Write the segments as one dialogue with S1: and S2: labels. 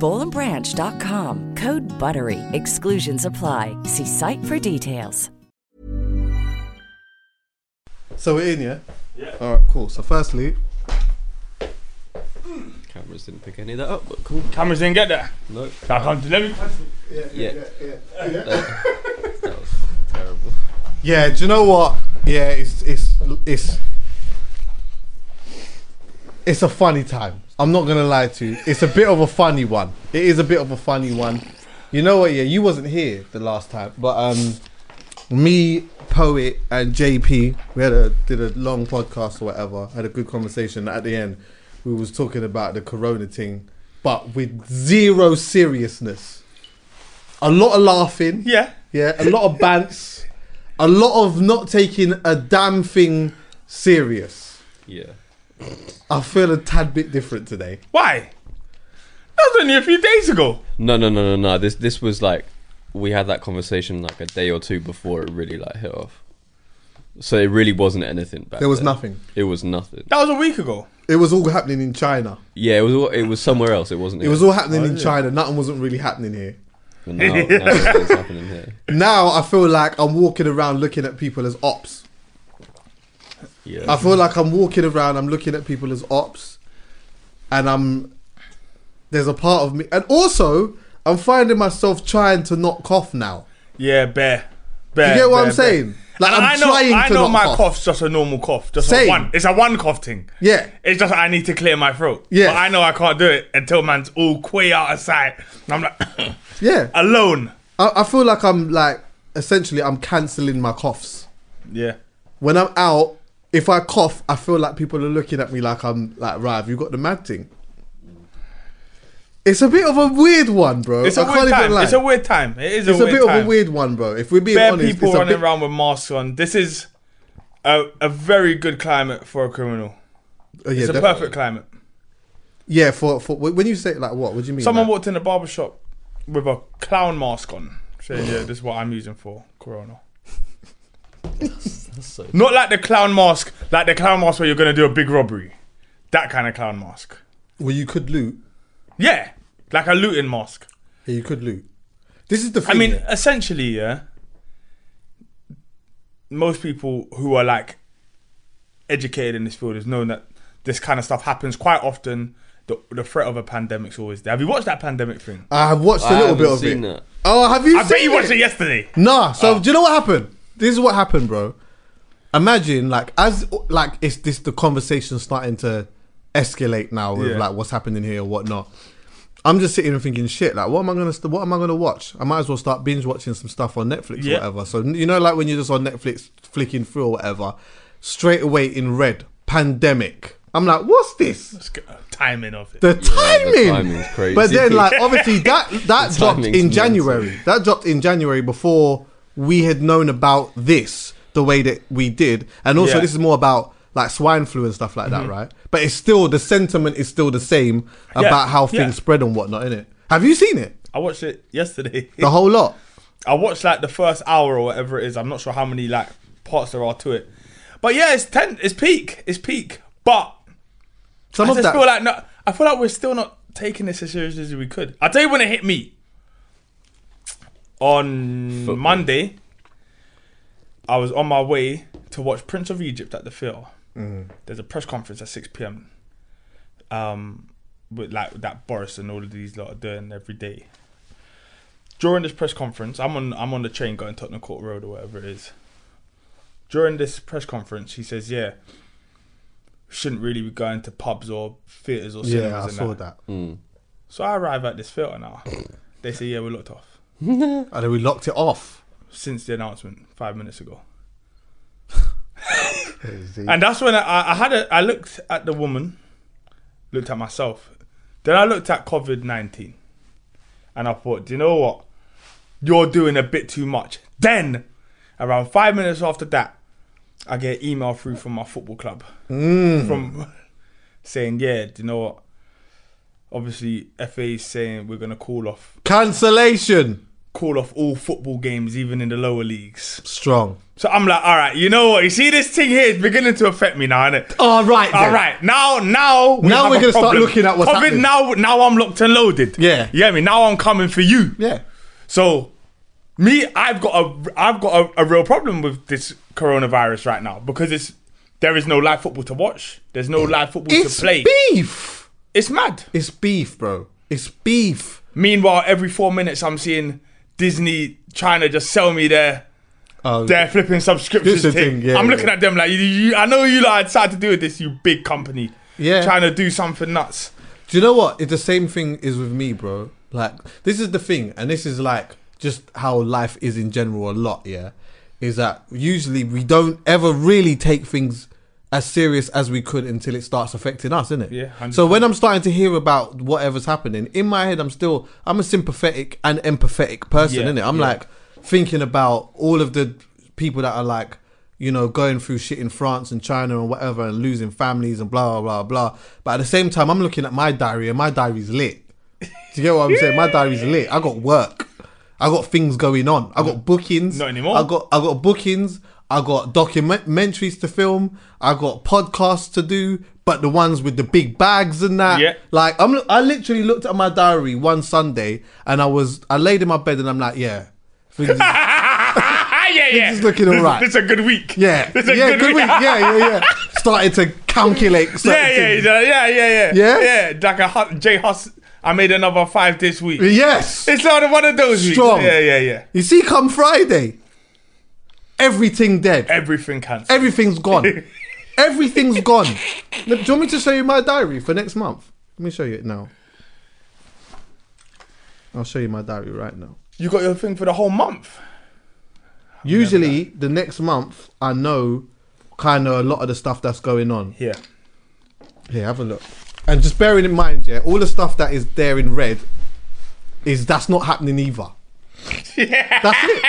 S1: bowlandbranch.com. Code BUTTERY. Exclusions apply. See site for details.
S2: So we're in, yeah? Yeah. Alright, cool. So firstly,
S3: Cameras didn't pick any of that up, but cool.
S4: Cameras didn't get there.
S3: No,
S4: I can't deliver.
S3: yeah, that was terrible.
S2: yeah, do you know what? Yeah, it's it's it's it's a funny time. I'm not gonna lie to you. It's a bit of a funny one. It is a bit of a funny one. You know what? Yeah, you wasn't here the last time, but um, me, poet, and JP, we had a did a long podcast or whatever. Had a good conversation at the end. We was talking about the corona thing, but with zero seriousness. A lot of laughing.
S4: Yeah.
S2: Yeah, a lot of bants, a lot of not taking a damn thing serious.
S3: Yeah.
S2: I feel a tad bit different today.
S4: Why? That was only a few days ago.
S3: No, no, no, no, no. This this was like we had that conversation like a day or two before it really like hit off. So it really wasn't anything back.
S2: There was
S3: then.
S2: nothing.
S3: It was nothing.
S4: That was a week ago.
S2: It was all happening in China.
S3: Yeah, it was. All, it was somewhere else. It wasn't.
S2: It was all happening in China. Nothing wasn't really happening here.
S3: But now, now it's happening here.
S2: Now I feel like I'm walking around looking at people as ops.
S3: Yeah.
S2: I feel like I'm walking around, I'm looking at people as ops, and I'm there's a part of me, and also I'm finding myself trying to not cough now.
S4: Yeah, bear. Bear.
S2: You get what
S4: bear,
S2: I'm
S4: bear.
S2: saying? Like
S4: And
S2: I'm
S4: I know,
S2: trying
S4: I
S2: to
S4: know
S2: not
S4: my
S2: cough.
S4: cough's just a normal cough. Just
S2: Same.
S4: a one. It's a one cough thing.
S2: Yeah.
S4: It's just I need to clear my throat.
S2: Yeah.
S4: But I know I can't do it until man's all quay out of sight. And I'm like,
S2: Yeah.
S4: alone.
S2: I, I feel like I'm like essentially I'm cancelling my coughs.
S4: Yeah.
S2: When I'm out, if I cough, I feel like people are looking at me like I'm like, right, have you got the mad thing? It's a bit of a weird one, bro.
S4: It's
S2: I
S4: a weird time.
S2: lie.
S4: It's a weird time. It is a
S2: It's a
S4: weird
S2: bit
S4: time.
S2: of a weird one, bro. If we're being
S4: Bare
S2: honest,
S4: people
S2: it's a
S4: running
S2: bit,
S4: around with masks on. This is a, a very good climate for a criminal.
S2: Oh, yeah,
S4: It's a
S2: def-
S4: perfect climate.
S2: Yeah, for, for when you say like what, what do you mean?
S4: Someone
S2: like,
S4: walked in a barber shop with a clown mask on, saying, "Yeah, this is what I'm using for Corona."
S3: so-
S4: Not like the clown mask, like the clown mask where you're gonna do a big robbery, that kind of clown mask.
S2: well, you could loot.
S4: Yeah, like a looting mask.
S2: Yeah, you could loot. This is the
S4: I
S2: thing.
S4: mean,
S2: yeah.
S4: essentially, yeah. Most people who are like educated in this field has known that this kind of stuff happens quite often. The, the threat of a pandemic's always there. Have you watched that pandemic thing?
S2: I have watched a
S3: I
S2: little
S3: haven't
S2: bit of
S3: seen
S2: it.
S3: that.
S2: Oh, have you?
S4: I bet
S2: seen
S4: you watched
S2: it?
S4: it yesterday.
S2: Nah.
S4: Oh.
S2: So do you know what happened? This is what happened, bro. Imagine like as like it's this the conversation starting to escalate now with
S4: Yeah.
S2: like what's happening here and whatnot. I'm just sitting and thinking, shit. Like, what am I gonna st- what am I gonna watch? I might as well start binge watching some stuff on Netflix
S4: Yeah.
S2: or whatever. So you know, like when you're just on Netflix flicking through or whatever, straight away in red, pandemic. I'm like, what's this?
S4: Let's get- uh, timing of it.
S2: The timing.
S3: timing's crazy.
S2: But then, like, obviously, that that
S3: The
S2: dropped
S3: timing's
S2: in January. That dropped in January before we had known about this the way that we did, and also
S4: Yeah. Mm-hmm.
S2: this is more about like swine flu and stuff like that, right? But it's still the sentiment is still the same about how
S4: yeah.
S2: things spread and whatnot, innit? Have you seen it?
S4: I watched it yesterday.
S2: The whole lot.
S4: I watched like the first hour or whatever it is. I'm not sure how many like parts there are to it. But yeah, it's ten. It's peak. It's peak. But
S2: Some
S4: I
S2: of
S4: just
S2: that.
S4: feel like no, I feel like we're still not taking this as seriously as we could. I'll tell you when it hit me. On Monday, I was on my way to watch Prince of Egypt at the theater.
S2: Mm-hmm.
S4: There's a press conference at six pm. Um, with like that Boris and all of these lot are doing every day. During this press conference, I'm on I'm on the train going Tottenham Court Road or whatever it is. During this press conference, he says, "Yeah, shouldn't really be going to pubs or theaters or cinemas."
S2: yeah, I
S4: and
S2: saw that. Mm.
S4: So I arrive at this theater now. they say, "Yeah, we're locked off."
S2: And then we locked it off.
S4: since the announcement five minutes ago. and that's when I- I, I had a, I looked at the woman, looked at myself, then I looked at COVID nineteen, and I thought, do you know what? You're doing a bit too much. Then, around five minutes after that, I get an email through from my football club from saying, yeah, do you know what? Obviously, FA is saying we're gonna call off
S2: Cancellation.
S4: call off all football games, even in the lower leagues.
S2: Strong.
S4: So I'm like, all right, you know what? You see, this thing here is beginning to affect me now, innit?
S2: All right.
S4: All right, now, now, we
S2: Now
S4: have
S2: we're
S4: a
S2: gonna start
S4: problem.
S2: looking at what's
S4: COVID,
S2: happening.
S4: Now, now I'm locked and loaded.
S2: Yeah.
S4: you get me? Now I'm coming for you.
S2: Yeah.
S4: So, me, I've got a, I've got a, a real problem with this coronavirus right now because it's there is no live football to watch. There's no live football
S2: It's
S4: to play.
S2: beef.
S4: it's mad.
S2: It's beef, bro. It's beef.
S4: Meanwhile, every four minutes, I'm seeing Disney trying to just sell me their
S2: Oh,
S4: They're flipping subscriptions
S2: It's a
S4: thing.
S2: thing, yeah,
S4: I'm
S2: yeah.
S4: looking at them like, you, you, I know you like decided to do with this, you big company.
S2: Yeah.
S4: Trying to do something nuts.
S2: Do you know what? It's the same thing is with me, bro. Like this is the thing, and this is like just how life is in general. A lot, yeah, is that usually we don't ever really take things as serious as we could until it starts affecting us, isn't it?
S4: Yeah, 100%.
S2: So when I'm starting to hear about whatever's happening in my head, I'm still I'm a sympathetic and empathetic person,
S4: Yeah,
S2: innit? I'm
S4: yeah.
S2: like thinking about all of the people that are like you know going through shit in France and China and whatever and losing families and blah blah blah blah. But at the same time, I'm looking at my diary and my diary's lit. Do you get what I'm saying? My diary's lit. I got work. I got things going on. I got bookings.
S4: Not anymore.
S2: I got I got bookings. I got documentaries to film. I got podcasts to do, but the ones with the big bags and that.
S4: Yeah.
S2: Like I'm, I literally looked at my diary one Sunday, and I was, I laid in my bed, and I'm like, yeah, things is-
S4: yeah, yeah.
S2: is looking
S4: This-
S2: alright.
S4: It's a good week.
S2: yeah,
S4: It's a
S2: yeah,
S4: good, week.
S2: yeah, yeah, yeah. Started to calculate. Certain
S4: yeah, yeah,
S2: things.
S4: yeah, yeah, yeah, yeah.
S2: Yeah?
S4: like a Hus- J Huss, I made another five this week.
S2: Yes,
S4: It's not one of those
S2: strong.
S4: weeks. Yeah, yeah, yeah.
S2: You see, come Friday, everything dead.
S4: Everything cancelled.
S2: Everything's gone. Everything's gone. Look, do you want me to show you my diary for next month? Let me show you it now. I'll show you my diary right now.
S4: you got your thing for the whole month.
S2: Usually, the next month, I know kind of a lot of the stuff that's going on.
S4: Yeah.
S2: Here, have a look. And just bearing in mind, yeah, all the stuff that is there in red is that's not happening either. That's it.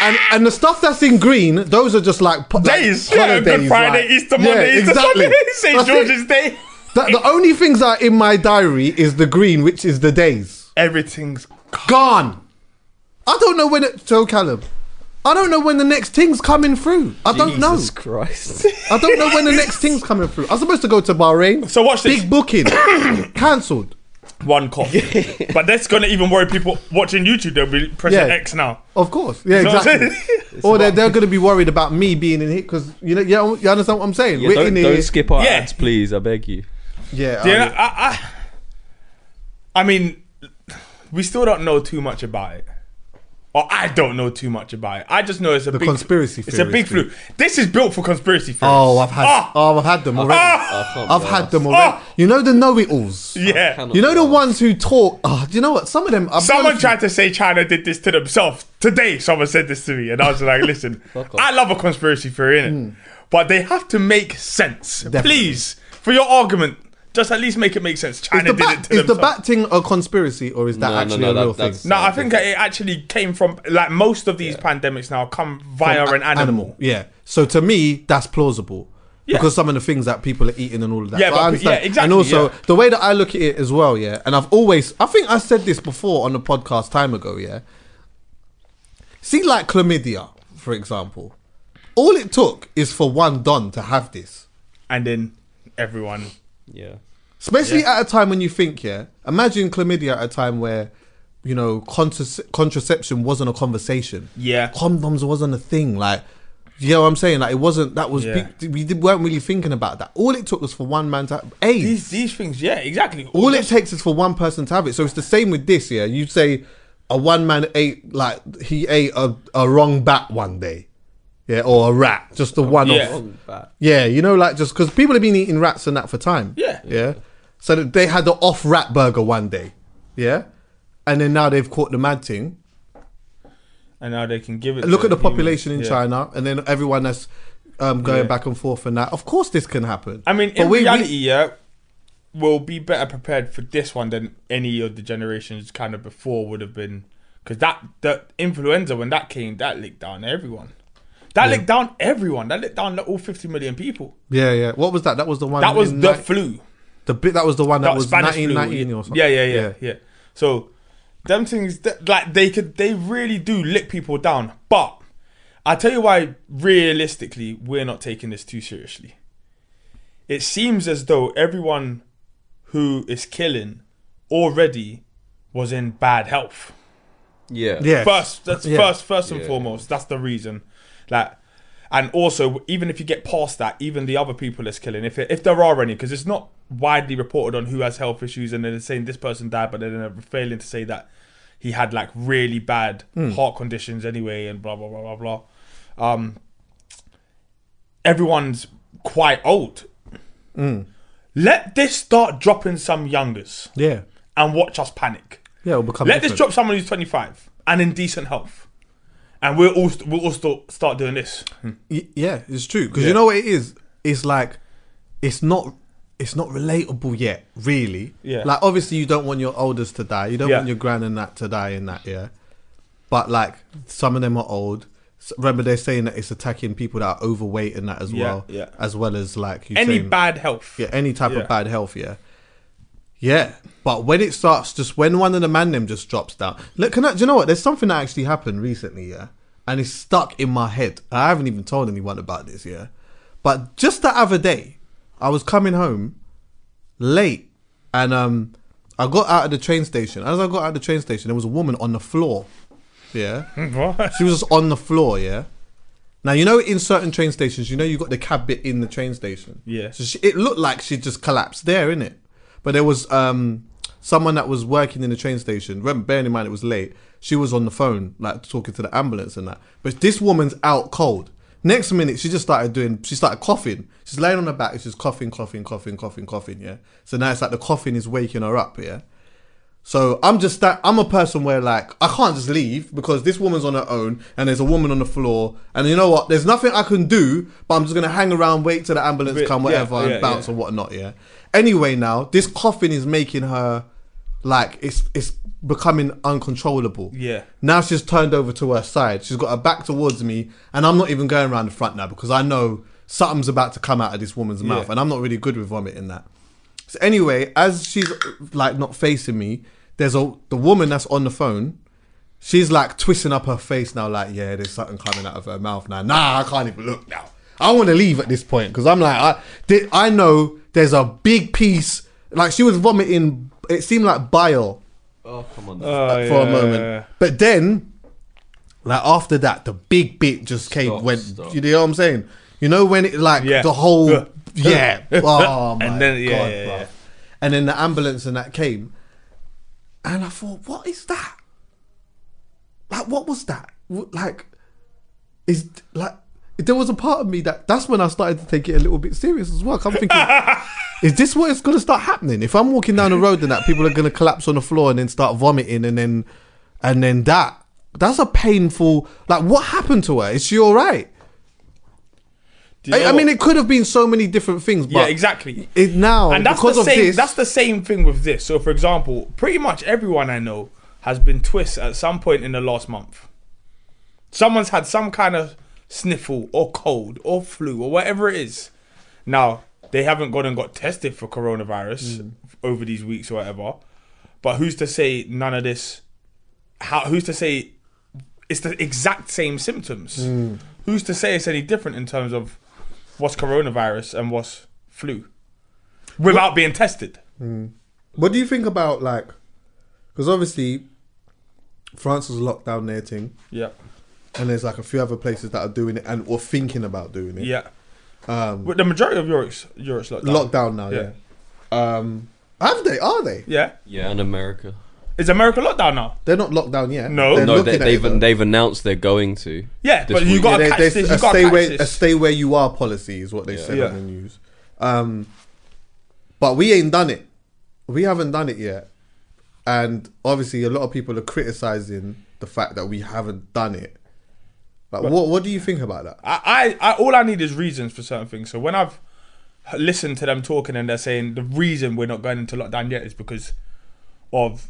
S2: And, and the stuff that's in green, those are just like po- like
S4: Days. yeah,
S2: holidays,
S4: Good Friday,
S2: like-
S4: Easter Monday,
S2: yeah,
S4: Easter
S2: exactly.
S4: Sunday, St.
S2: That's it.
S4: George's Day.
S2: The, the only things that are in my diary is the green, which is the days.
S4: Everything's
S2: Gone. I don't know when it. So, Callum, I don't know when the next thing's coming through. I don't know.
S3: Jesus Christ.
S2: I don't know when the next thing's coming through. I'm supposed to go to Bahrain.
S4: So watch this.
S2: Big booking. Cancelled.
S4: one cough. but that's gonna even worry people watching YouTube. They'll be pressing
S2: Yeah.
S4: X now.
S2: Of course. Yeah,
S4: You know what I'm
S2: exactly. Or they're, they're going to be worried about me being in here because, you know, you, know, you understand what I'm saying?
S3: Yeah,
S2: We're
S3: don't,
S2: in
S3: don't
S2: here.
S3: skip our
S4: Yeah.
S3: ads, please. I beg you.
S2: Yeah.
S4: Yeah,
S2: I-
S4: I, I, I mean, we still don't know too much about it. Or I don't know too much about it. I just know it's a
S2: The
S4: big
S2: conspiracy
S4: It's a
S2: theories
S4: big
S2: thing.
S4: flu. This is built for conspiracy theories.
S2: Oh, I've had.
S4: Ah!
S2: Oh, I've had them already.
S4: Ah!
S3: I can't
S2: I've
S3: be
S2: had
S3: arsed.
S2: them already.
S4: Ah!
S2: You know the know-it-alls.
S4: yeah.
S3: cannot-
S2: You know the ones who talk. Oh, do you know what? Some of them. I'll be
S4: Someone
S2: honest with you.
S4: tried to say China did this to themselves today. Someone said this to me, and I was like, "Listen, I love a conspiracy theory, innit? but they have to make sense.
S2: Hmm. Definitely.
S4: Please, for your argument, just at least make it make sense. China
S2: Is the,
S4: did
S2: bat,
S4: it to
S2: is the
S4: themselves."
S2: bat thing a conspiracy or is that
S3: No, no,
S2: actually
S3: no,
S2: a
S3: that-
S2: real
S3: that's-
S2: thing?
S4: No, I think it actually came from like most of these pandemics now come via an animal.
S2: Yeah. So to me, that's plausible.
S4: Yeah.
S2: Because some of the things that people are eating and all of that.
S4: Yeah,
S2: So
S4: but-
S2: I understand.
S4: yeah, exactly,
S2: And also
S4: yeah.
S2: the way that I look at it as well, yeah. And I've always, I think I said this before on the podcast time ago, yeah. See, like chlamydia, for example, all it took is for one don to have this.
S4: and then everyone.
S3: Yeah.
S2: Especially at a time when you think, yeah, imagine chlamydia at a time where, you know, contrac- contraception wasn't a conversation.
S4: Yeah.
S2: Condoms wasn't a thing. Like, you know what I'm saying? Like, it wasn't, that was,
S4: Yeah.
S2: big, we did, weren't really thinking about that. All it took was for one man to have AIDS.
S4: These these things, yeah, exactly.
S2: All it
S4: just-
S2: takes is for one person to have it. So it's the same with this, yeah? You say a one man ate, like, he ate a, a wrong bat one day. Yeah, or a rat, just the one
S4: Yeah.
S2: off. Yeah, you know, like just because people have been eating rats and that for time.
S4: Yeah.
S2: Yeah. So that they had the off rat burger one day. Yeah. And then now they've caught the mad thing.
S4: and now they can give it.
S2: Look
S4: to
S2: at the
S4: humans.
S2: population in
S4: Yeah.
S2: China and then everyone that's um, going
S4: Yeah.
S2: back and forth and that. Of course, this can happen.
S4: I mean,
S2: But
S4: in reality, yeah, we'll be better prepared for this one than any of the generations kind of before would have been. Because that the influenza when that came, that licked down everyone. That licked down everyone. That licked down all 50 million people.
S2: yeah, yeah. What was that? That was the one.
S4: That was
S2: in
S4: the
S2: ni-
S4: flu.
S2: The bit that was the one that,
S4: That
S2: was
S4: was Spanish flu.
S2: 1919 or something.
S4: Yeah, yeah, yeah, yeah, So them things, that, like they could, they really do lick people down. But I tell you why, realistically, we're not taking this too seriously. It seems as though everyone who is killing already was in bad health.
S3: Yeah.
S2: Yes.
S4: First, that's
S2: Yeah.
S4: first, first and
S3: Yeah.
S4: foremost. That's the reason. Like, and also, even if you get past that, even the other people it's killing, if it, if there are any, because it's not widely reported on who has health issues, and then they're saying this person died, but then they're failing to say that he had like really bad
S2: Hmm.
S4: heart conditions anyway, and blah blah blah blah blah. Um, everyone's quite old.
S2: Hmm.
S4: Let this start dropping some youngers
S2: Yeah.
S4: and watch us panic.
S2: Yeah, it'll become
S4: Let this
S2: different.
S4: drop someone who's 25 and in decent health, and we'll all st- we'll all st- start doing this.
S2: Y- yeah, it's true because you know what it is. It's like it's not it's not relatable yet, really.
S4: Yeah.
S2: Like obviously you don't want your elders to die. You don't
S4: Yeah.
S2: want your gran and that to die in that. Yeah. But like some of them are old. S- Remember they're saying that it's attacking people that are overweight and that as
S4: Yeah,
S2: well.
S4: yeah.
S2: As well as like you
S4: Any
S2: saying-
S4: bad health,
S2: Yeah, any type
S4: Yeah.
S2: of bad health. Yeah. Yeah, but when it starts, just when one of the man them just drops down. Look, can I, do you know what? There's something that actually happened recently, yeah, and it's stuck in my head. I haven't even told anyone about this, yeah, but just the other day, I was coming home late, and um, I got out of the train station. As I got out of the train station, there was a woman on the floor, yeah,
S4: What?
S2: she was just on the floor, yeah. Now you know in certain train stations, you know you got the cab bit in the train station.
S4: Yeah.
S2: So she, it looked like she just collapsed there, innit? But there was um someone that was working in the train station. Remember, bearing in mind it was late, she was on the phone, like talking to the ambulance and that. But this woman's out cold. Next minute, she just started doing. She started coughing. She's laying on her back. She's coughing, coughing, coughing, coughing, coughing. Yeah. So now it's like the coughing is waking her up. Yeah. So I'm just that I'm a person where like I can't just leave because this woman's on her own and there's a woman on the floor and you know what? There's nothing I can do, but I'm just gonna hang around, wait till the ambulance
S4: Bit-
S2: come,
S4: yeah,
S2: whatever,
S4: yeah,
S2: and bounce
S4: yeah.
S2: and whatnot. Yeah. Anyway, now this coughing is making her like it's it's becoming uncontrollable.
S4: Yeah.
S2: Now she's turned over to her side. She's got her back towards me, and I'm not even going around the front now because I know something's about to come out of this woman's mouth, and I'm not really good with vomiting that. So anyway, as she's like not facing me, there's a the woman that's on the phone. She's like twisting up her face now, like yeah, there's something coming out of her mouth now. Nah, I can't even look now. I want to leave at this point because I'm like I thi- I know there's a big piece. Like she was vomiting. It seemed like bile
S3: Oh come on.
S4: Oh,
S2: for a
S4: yeah.
S2: moment. But then, like after that, the big bit just came. Went.
S3: stop.
S2: You know what I'm saying? You know when it like
S4: Yeah.
S2: the whole yeah. Oh my
S4: And then- yeah,
S2: god,
S4: yeah,
S2: bruv.
S4: yeah.
S2: And then the ambulance and that came, and I thought, what is that? Like, what was that? W- Like, is like. There was a part of me that that's when I started to take it a little bit serious as well. 'cause I'm thinking, is this what is going to start happening? If I'm walking down the road and that people are going to collapse on the floor and then start vomiting and then and then that that's a painful like what happened to her? Is she all right?
S4: Do you
S2: I,
S4: know
S2: I mean,
S4: what?
S2: it could have been so many different things. But
S4: yeah, exactly.
S2: It now
S4: and that's
S2: because
S4: the
S2: of
S4: same.
S2: this.
S4: That's the same thing with this. So, for example, pretty much everyone I know has been twist at some point in the last month. Someone's had some kind of sniffle or cold or flu or whatever it is, Now they haven't gone and got tested for coronavirus
S2: Hmm.
S4: over these weeks or whatever, but who's to say none of this? How who's to say it's the exact same symptoms?
S2: Hmm.
S4: Who's to say it's any different in terms of what's coronavirus and what's flu without being tested?
S2: What do you think about like? Because obviously, France was locked down their thing,
S4: Yeah,
S2: and there's like a few other places that are doing it and or thinking about doing it.
S4: yeah. but the majority of Europe's Europe's locked down.
S2: Locked down now. Yeah.
S4: Yeah.
S2: Um, have they? Are they?
S4: Yeah,
S3: Yeah, and America.
S4: is America locked down now?
S2: They're not locked down yet.
S4: No.
S2: They're
S3: No,
S2: looking
S3: they,
S2: at it,
S3: they've
S2: though.
S3: they've announced they're going to.
S4: Yeah,
S3: This
S4: but you
S3: week.
S4: got to
S2: they-
S4: catch
S2: they-
S4: this.
S2: a
S4: You got to
S2: stay
S4: catch
S2: where a
S4: this.
S2: stay where you are policy is what they said
S4: Yeah.
S2: on the news. Um, but we ain't done it. We haven't done it yet, and obviously a lot of people are criticizing the fact that we haven't done it. Like, what what do you think about that?
S4: I, I, I, all I need is reasons for certain things. So when I've listened to them talking and they're saying the reason we're not going into lockdown yet is because of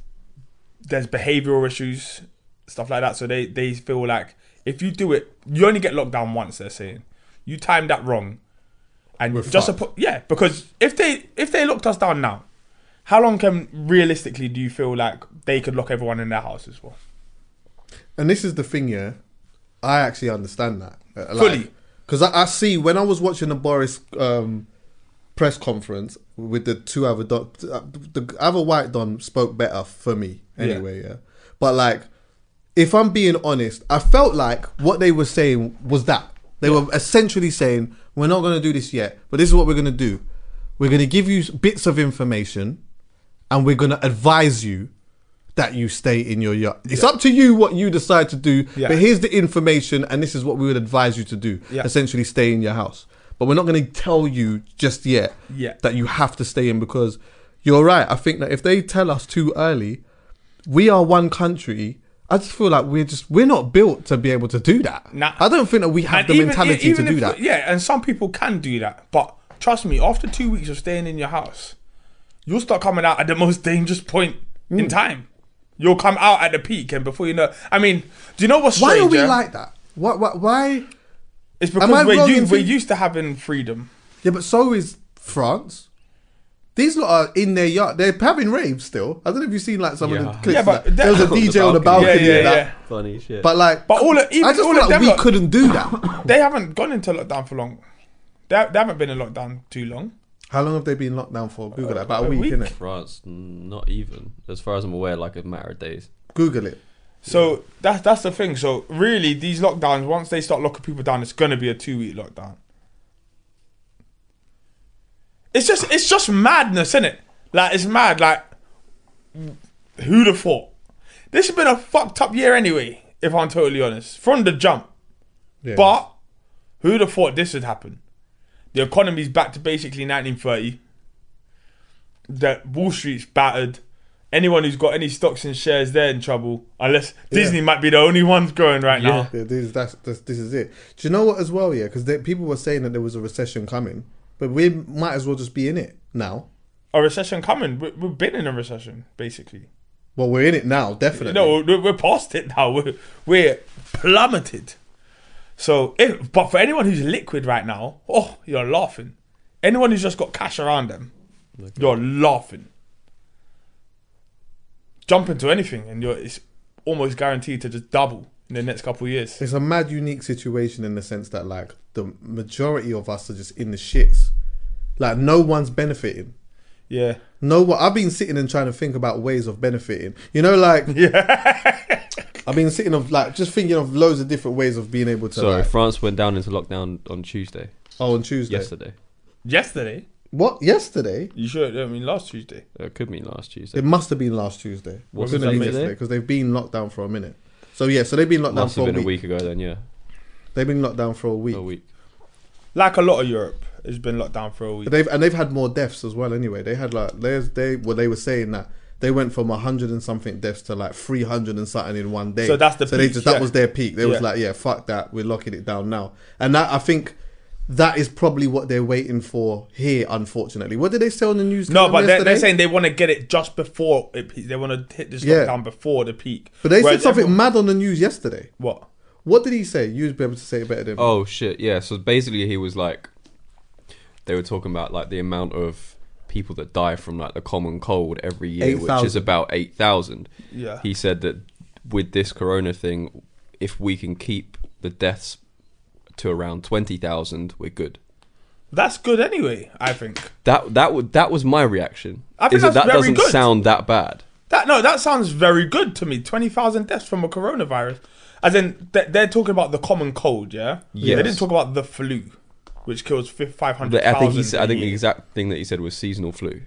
S4: there's behavioural issues, stuff like that. So they they feel like if you do it, you only get locked down once. They're saying you timed that wrong, and just
S2: fucked.
S4: suppo- yeah, because if they if they locked us down now, how long can realistically do you feel like they could lock everyone in their house as well?
S2: And this is the thing, yeah. I actually understand that Uh, like,
S4: Fully.
S2: because I, I see when I was watching the Boris um, press conference with the two other don, uh, the other white don spoke better for me anyway, yeah. But like, if I'm being honest, I felt like what they were saying was that they were essentially saying we're not going to do this yet, but this is what we're going to do. We're going to give you s- bits of information, and we're going to advise you that you stay in your yacht. It's up to you what you decide to do,
S4: Yeah.
S2: but here's the information, and this is what we would advise you to do.
S4: Yeah.
S2: Essentially, stay in your house. But we're not going to tell you just yet
S4: Yeah.
S2: that you have to stay in because you're right. I think that if they tell us too early, we are one country. I just feel like we're just we're not built to be able to do that.
S4: Nah.
S2: I don't think that we have
S4: And
S2: the
S4: even-
S2: mentality
S4: even
S2: to do
S4: if-
S2: that.
S4: Yeah, and some people can do that. But trust me, after two weeks of staying in your house, you'll start coming out at the most dangerous point
S2: Mm.
S4: in time. You'll come out at the peak, and before you know, I mean, do you know what's
S2: Why
S4: strange?
S2: are we
S4: yeah?
S2: like that? Why, why, why?
S4: It's
S2: I
S4: because we're,
S2: wrong
S4: u-
S2: in
S4: we're
S2: think-
S4: used to having freedom.
S2: Yeah, but so is France. These lot are in their yard. They're having raves still. I don't know if you've seen like some of the
S3: Yeah.
S2: clips.
S4: Yeah,
S2: of
S4: but
S2: that.
S4: that-
S2: there was a
S4: On the
S2: DJ on the
S3: balcony.
S2: balcony.
S4: Yeah, yeah,
S2: and that.
S4: yeah.
S3: Funny shit.
S2: But like,
S4: But all of- even
S2: I just
S4: all
S2: feel like
S4: of them
S2: we
S4: lot-
S2: couldn't do that.
S4: They haven't gone into lockdown for long. They, they haven't been in lockdown too long.
S2: How long have they been locked down for? Google it. About a,
S4: a
S2: week,
S4: week.
S2: innit?
S3: France, not even as far as I'm aware, like a matter of days.
S2: Google it.
S4: So that's that's the thing. So really, these lockdowns, once they start locking people down, it's gonna be a two week lockdown. It's just it's just madness, isn't it? Like it's mad. Like who'd have thought? This has been a fucked up year anyway. If I'm totally honest, from the jump.
S2: Yeah.
S4: But who'd have thought this would happen? The economy's back to basically 1930. That Wall Street's battered. Anyone who's got any stocks and shares, they're in trouble. Unless Disney might be the only ones growing right now.
S2: Yeah, this, that's, that's, this is it. Do you know what as well? Yeah, because people were saying that there was a recession coming, but we might as well just be in it now.
S4: A recession coming. We- We've been in a recession, basically.
S2: Well, we're in it now, definitely.
S4: No, we're, we're past it now. We're, we're plummeted. So, if, but for anyone who's liquid right now, oh, you're laughing. Anyone who's just got cash around them, you're laughing. Jump into anything, and you're it's almost guaranteed to just double in the next couple of years.
S2: it's a mad unique situation in the sense that like the majority of us are just in the shits. Like no one's benefiting.
S4: Yeah,
S2: No one. I've been sitting and trying to think about ways of benefiting. You know, like I've been sitting of like just thinking of loads of different ways of being able to.
S3: Sorry,
S2: like-
S3: France went down into lockdown on Tuesday.
S2: oh, on Tuesday.
S3: Yesterday.
S4: yesterday.
S2: What? Yesterday?
S4: You sure? I mean, last Tuesday.
S3: Uh, It could mean last Tuesday.
S2: It must have been last Tuesday.
S3: What
S2: Couldn't
S3: was
S2: have
S3: that
S2: been
S3: Tuesday?
S2: yesterday because they've been locked down for a minute. So yeah, so they've been locked
S3: Must
S2: down
S3: have
S2: for
S3: been a week ago then, yeah.
S2: They've been locked down for a week.
S3: A week.
S4: Like a lot of Europe, has been locked down for a week.
S2: But They've and they've had more deaths as well. Anyway, they had like there's they well they were saying that they went from hundred and something deaths to like three hundred and something in one day.
S4: So that's the
S2: so they
S4: peak,
S2: just that
S4: yeah.
S2: was their peak. They was
S4: Yeah.
S2: like, yeah, fuck that, we're locking it down now. And that I think that is probably what they're waiting for here. Unfortunately, what did they say on the news?
S4: No,
S2: channel
S4: but they're, they're
S2: yesterday?
S4: saying they want to get it just before it pe- They want to hit this
S2: Yeah.
S4: lockdown before the peak.
S2: But they said
S4: Whereas
S2: something
S4: everyone-
S2: mad on the news yesterday.
S4: What?
S2: What did he say? You'd be able to say it better than me.
S3: Oh shit, yeah. So basically he was like they were talking about like the amount of people that die from like the common cold every year, which
S2: 8,000.
S3: is about eight thousand.
S4: Yeah.
S3: He said that with this corona thing, if we can keep the deaths to around twenty thousand, we're good.
S4: That's good anyway. I think
S3: That that would that was my reaction.
S4: I think
S3: is that
S4: that's
S3: that
S4: very
S3: doesn't
S4: good.
S3: sound that bad.
S4: that no, that sounds very good to me. Twenty thousand deaths from a coronavirus, as in they- they're talking about the common cold. Yeah,
S3: Yes.
S4: They didn't talk about the flu, which kills five hundred
S3: But I think he
S4: thousand.
S3: said, I think the exact thing that he said was seasonal flu,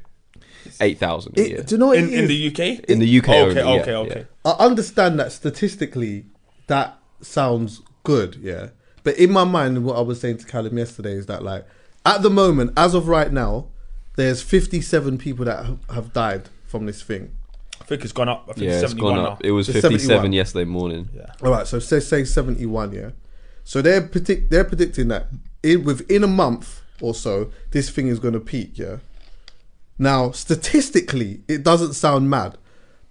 S3: eight thousand.
S2: It- Do you know what
S4: in,
S2: it
S4: in
S2: is?
S4: the UK.
S3: In the UK
S4: Okay,
S3: only, yeah,
S4: okay,
S3: yeah.
S4: okay.
S2: I understand that statistically, that sounds good, yeah. But in my mind, what I was saying to Callum yesterday is that, like, at the moment, as of right now, there's 57 people that ha- have died from this thing.
S4: I think it's gone up. I think
S3: yeah, it's
S4: seventy-one
S3: gone
S4: now.
S3: up. It was
S2: It's
S3: fifty-seven
S2: 71.
S3: yesterday morning. Yeah.
S2: All right, so say say 71, yeah. So they're predict they're predicting that in, within a month or so, this thing is going to peak, yeah. Now, statistically, it doesn't sound mad,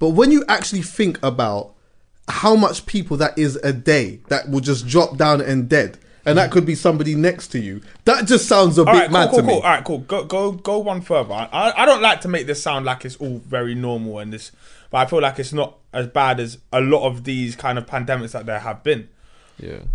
S2: but when you actually think about how much people that is a day that will just drop down and dead, and that could be somebody next to you, that just sounds a
S4: All
S2: bit
S4: right,
S2: mad
S4: cool, cool,
S2: to
S4: cool.
S2: me.
S4: All right, cool. Go, go, go one further. I, I- I don't like to make this sound like it's all very normal and this, but I feel like it's not as bad as a lot of these kind of pandemics that there have been.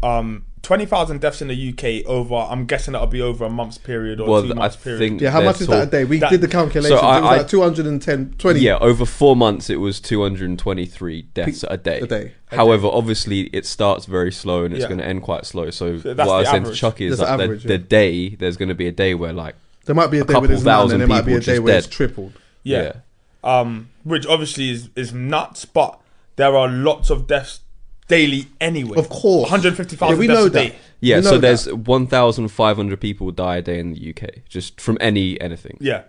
S4: Um, twenty thousand deaths in the UK over. I'm guessing that'll be over a month's period or
S3: well,
S4: two
S3: th- I
S4: months period.
S3: think
S2: Yeah, how
S3: they're
S2: much is that a
S3: talk-
S2: day? We
S4: That-
S2: did the
S4: So
S2: calculations.
S3: I-
S2: it was
S3: I-
S2: like 210, 20.
S3: Yeah, over four months, it was 223 deaths a day.
S2: a day.
S3: However, obviously, it starts very slow and it's
S4: Yeah.
S3: going to end quite slow. So, what
S4: that's
S3: I was
S4: the
S3: saying to
S4: average.
S3: Chucky is
S2: That's
S3: that
S2: the
S3: the,
S2: average,
S3: the
S2: yeah.
S3: day there's going to be a day where like
S2: There might be a,
S3: a
S2: day where
S3: couple
S2: there's none,
S3: thousand
S2: and there might be a
S3: people
S2: day
S3: just
S2: where it's
S3: dead.
S2: tripled.
S4: yeah. Um, which obviously is is nuts, but there are lots of deaths daily anyway.
S2: Of course.
S4: one hundred fifty thousand.
S2: Yeah, we
S4: deaths
S2: know
S4: a day.
S2: that.
S3: Yeah,
S2: You know
S3: so
S2: that.
S3: there's 1,500 people die a day in the UK just from any anything.
S4: Yeah,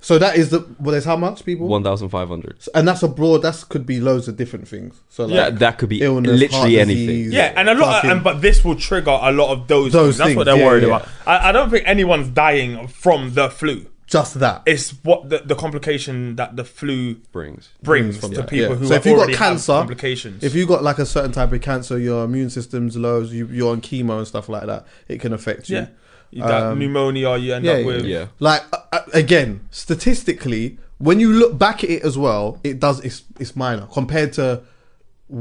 S2: So that is the well. There's how much people?
S3: 1,500.
S2: and that's abroad. That could be loads of different things. So like
S3: Yeah, that could be literally
S2: heart
S3: anything.
S4: yeah, and a lot. Of,
S2: fucking-
S4: and but this will trigger a lot of those.
S2: Those
S4: things. That's what
S2: things,
S4: they're
S2: yeah,
S4: worried
S2: yeah.
S4: about. I, I don't think anyone's dying from the flu.
S2: just that.
S4: It's what the, the complication that the flu
S3: Brings.
S4: brings to
S2: Mm, Yeah,
S4: people
S2: yeah.
S4: who
S2: so
S4: have
S2: if you got
S4: already have
S2: cancer,
S4: complications.
S2: if you got like a certain type of cancer, your immune system's low, you, you're on chemo and stuff like that, it can affect you.
S4: yeah, you got pneumonia, you end
S2: um, yeah,
S4: up with
S3: yeah.
S2: Like uh, uh, again, statistically, when you look back at it as well, it does it's, it's minor compared to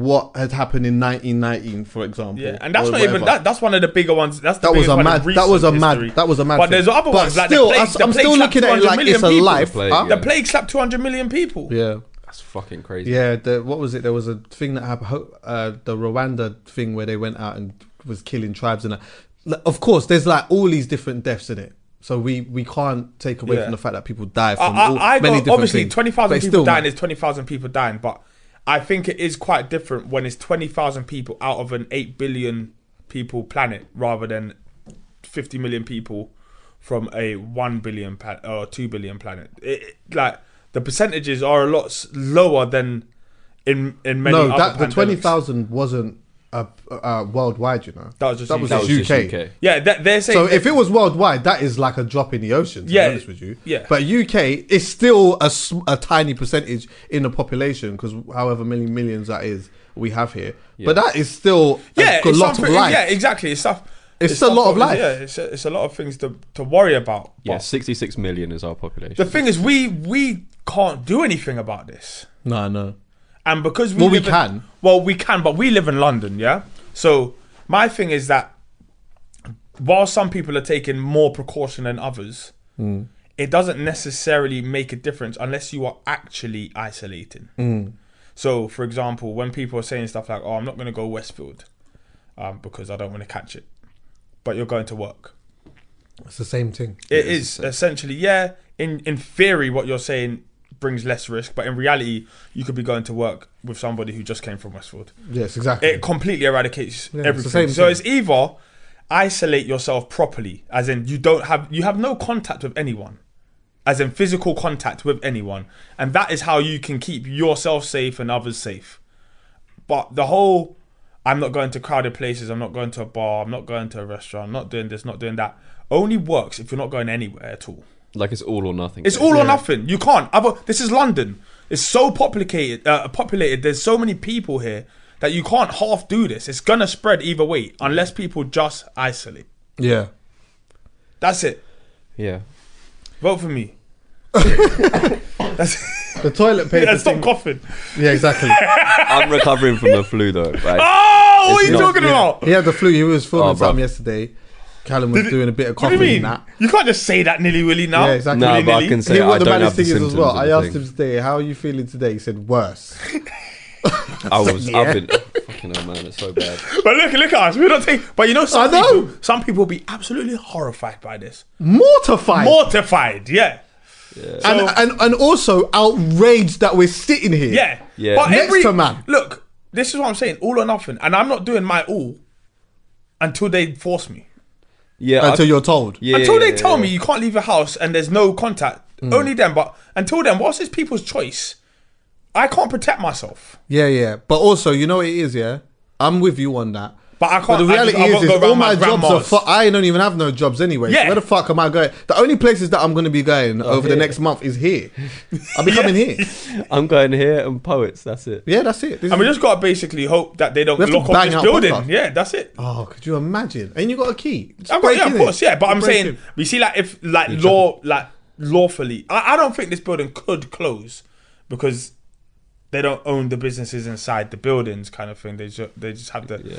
S2: what had happened in 1919, for example.
S4: Yeah, and that's
S2: or
S4: not even
S2: whatever.
S4: that. That's one of the bigger ones. That's the
S2: That was
S4: biggest
S2: a
S4: one in
S2: mad. That was a
S4: recent
S2: mad.
S4: history.
S2: That was a mad.
S4: But
S2: thing.
S4: there's other
S2: But
S4: ones like
S2: still,
S4: the plague.
S2: I'm-
S4: the
S2: I'm
S4: plague
S2: still
S4: slapped
S2: looking at it
S4: 200
S2: like
S4: million
S2: it's a
S4: people.
S2: life.
S3: The plague,
S2: huh?
S4: The
S3: yeah.
S4: plague slapped 200 million people.
S2: Yeah,
S3: That's fucking crazy.
S2: yeah. The, what was it? There was a thing that happened. Uh, the Rwanda thing where they went out and was killing tribes and that. Like, Of course, there's like all these different deaths in it. So we, we can't take away
S4: Yeah.
S2: from the fact that people die
S4: I,
S2: from all,
S4: I,
S2: many
S4: I got,
S2: different
S4: obviously
S2: things.
S4: twenty
S2: But
S4: thousand
S2: it's
S4: people
S2: still
S4: dying
S2: mad.
S4: is twenty thousand people dying, but I think it is quite different when it's twenty thousand people out of an eight billion people planet rather than fifty million people from a one billion pla- or two billion planet. It, it- like the percentages are a lot s- lower than in in many.
S2: no,
S4: other
S2: that the
S4: pandemics.
S2: twenty thousand wasn't uh, uh, worldwide. You know,
S4: That was just
S2: that was,
S4: UK.
S2: just,
S3: That was
S2: UK.
S3: just UK.
S4: Yeah, that, they're saying.
S2: So
S4: that-
S2: if it was worldwide, that is like a drop in the ocean. To
S4: Yeah,
S2: be honest with you.
S4: yeah.
S2: But UK is still a, sm- a tiny percentage in the population because however many millions that is we have here. But that is still
S4: yeah,
S2: a g-
S4: it's
S2: lot of
S4: something-
S2: life.
S4: Yeah, exactly. It's stuff.
S2: It's a lot
S4: stuff
S2: of
S4: that-
S2: life.
S4: Yeah, it's a, it's a lot of things to to worry about.
S3: Yeah,
S4: But
S3: 66 million is our population.
S4: The thing is, we we can't do anything about this,
S2: No, no.
S4: and because we
S2: Well, we
S4: live in-
S2: can.
S4: well, we can, but we live in London, yeah. So my thing is that while some people are taking more precaution than others,
S2: Hmm.
S4: it doesn't necessarily make a difference unless you are actually isolating.
S2: Hmm.
S4: So, for example, when people are saying stuff like, "Oh, I'm not going to go Westfield um, because I don't want to catch it," but you're going to work.
S2: It's the same thing.
S4: It is essentially, yeah. In in theory, what you're saying brings less risk, but in reality, you could be going to work with somebody who just came from Westfield.
S2: Yes, exactly.
S4: It completely eradicates
S2: it's the
S4: everything.
S2: same
S4: so
S2: thing.
S4: it's either isolate yourself properly, as in you don't have you have no contact with anyone, as in physical contact with anyone, and that is how you can keep yourself safe and others safe. But the whole I'm not going to crowded places, I'm not going to a bar, I'm not going to a restaurant, I'm not doing this, not doing that only works if you're not going anywhere at all.
S3: like, it's all or nothing.
S4: It's all or nothing. You can't. Other, this is London. It's so populated. Uh, populated. There's so many people here that you can't half do this. It's gonna spread either way unless people just isolate.
S2: yeah.
S4: That's it.
S3: Yeah.
S4: Vote for me.
S2: The toilet paper.
S4: Yeah, stop
S2: thing-
S4: coughing.
S2: yeah, exactly.
S3: I'm recovering from the flu though.
S2: Ah!
S3: Like,
S4: Oh, what
S3: It's
S4: are you
S3: not-
S4: talking
S3: yeah.
S4: about?
S2: He had the flu. He was filming
S3: Oh, bruv.
S2: something yesterday. Callum was
S4: Did it-
S2: doing a bit of
S4: What do
S2: coughing
S4: you mean?
S2: and that.
S4: You can't just say that nilly willy now.
S2: Yeah, exactly.
S3: no,
S4: Willy
S3: but I
S4: nilly.
S3: can
S2: Here,
S3: say
S2: what
S3: I
S2: the
S3: don't have
S2: baddest
S3: the
S2: thing is
S3: symptoms.
S2: as well.
S3: of
S2: I
S3: the
S2: asked
S3: thing.
S2: him today, "How are you feeling today?" He said, "Worse."
S3: I was.
S2: Yeah.
S3: I've been. Fucking hell, man, it's so bad.
S4: But look, look at us. We don't take. But you know, some
S2: I know.
S4: people, some people be absolutely horrified by this,
S2: Mortified.
S4: mortified. Yeah,
S2: and,
S4: So-
S2: and and also outraged that we're sitting here.
S4: yeah.
S3: Yeah.
S4: But
S2: Next
S4: every
S2: to man.
S4: Look, this is what I'm saying. All or nothing, and I'm not doing my all until they force me.
S3: Yeah.
S2: Until
S3: I-
S2: you're told.
S3: Uh, Yeah,
S4: until they
S3: yeah,
S4: tell
S3: yeah.
S4: me you can't leave your house and there's no contact,
S2: Mm.
S4: only then. But until then, whilst it's people's choice, I can't protect myself.
S2: Yeah, yeah. But also, you know what it is, yeah? I'm with you on that.
S4: But I can't-
S2: the
S4: I just-
S2: reality
S4: I
S2: is,
S4: won't
S2: is
S4: go round
S2: all my
S4: my
S2: jobs are.
S4: grandma's.
S2: Fu- I don't even have no jobs anyway. So
S4: Yeah. Oh,
S2: where the fuck am I going? The only places that I'm going to be going over the next month is here. I'll be coming here.
S3: I'm going here and poets. That's it.
S2: Yeah, that's it. This
S4: And we
S2: is-
S4: just gotta basically hope that they don't
S2: We have to
S4: lock up
S2: bang
S4: this
S2: out
S4: building.
S2: podcasts.
S4: Yeah, that's it.
S2: oh, could you imagine? Ain't you got a key? Just
S4: I've got-
S2: break
S4: yeah,
S2: in
S4: of
S2: it.
S4: course, yeah. But I'm
S2: Break
S4: saying
S2: in.
S4: we see like if like law like lawfully, I, I don't think this building could close because they don't own the businesses inside the buildings, kind of thing. They just they just have to.
S3: Yeah.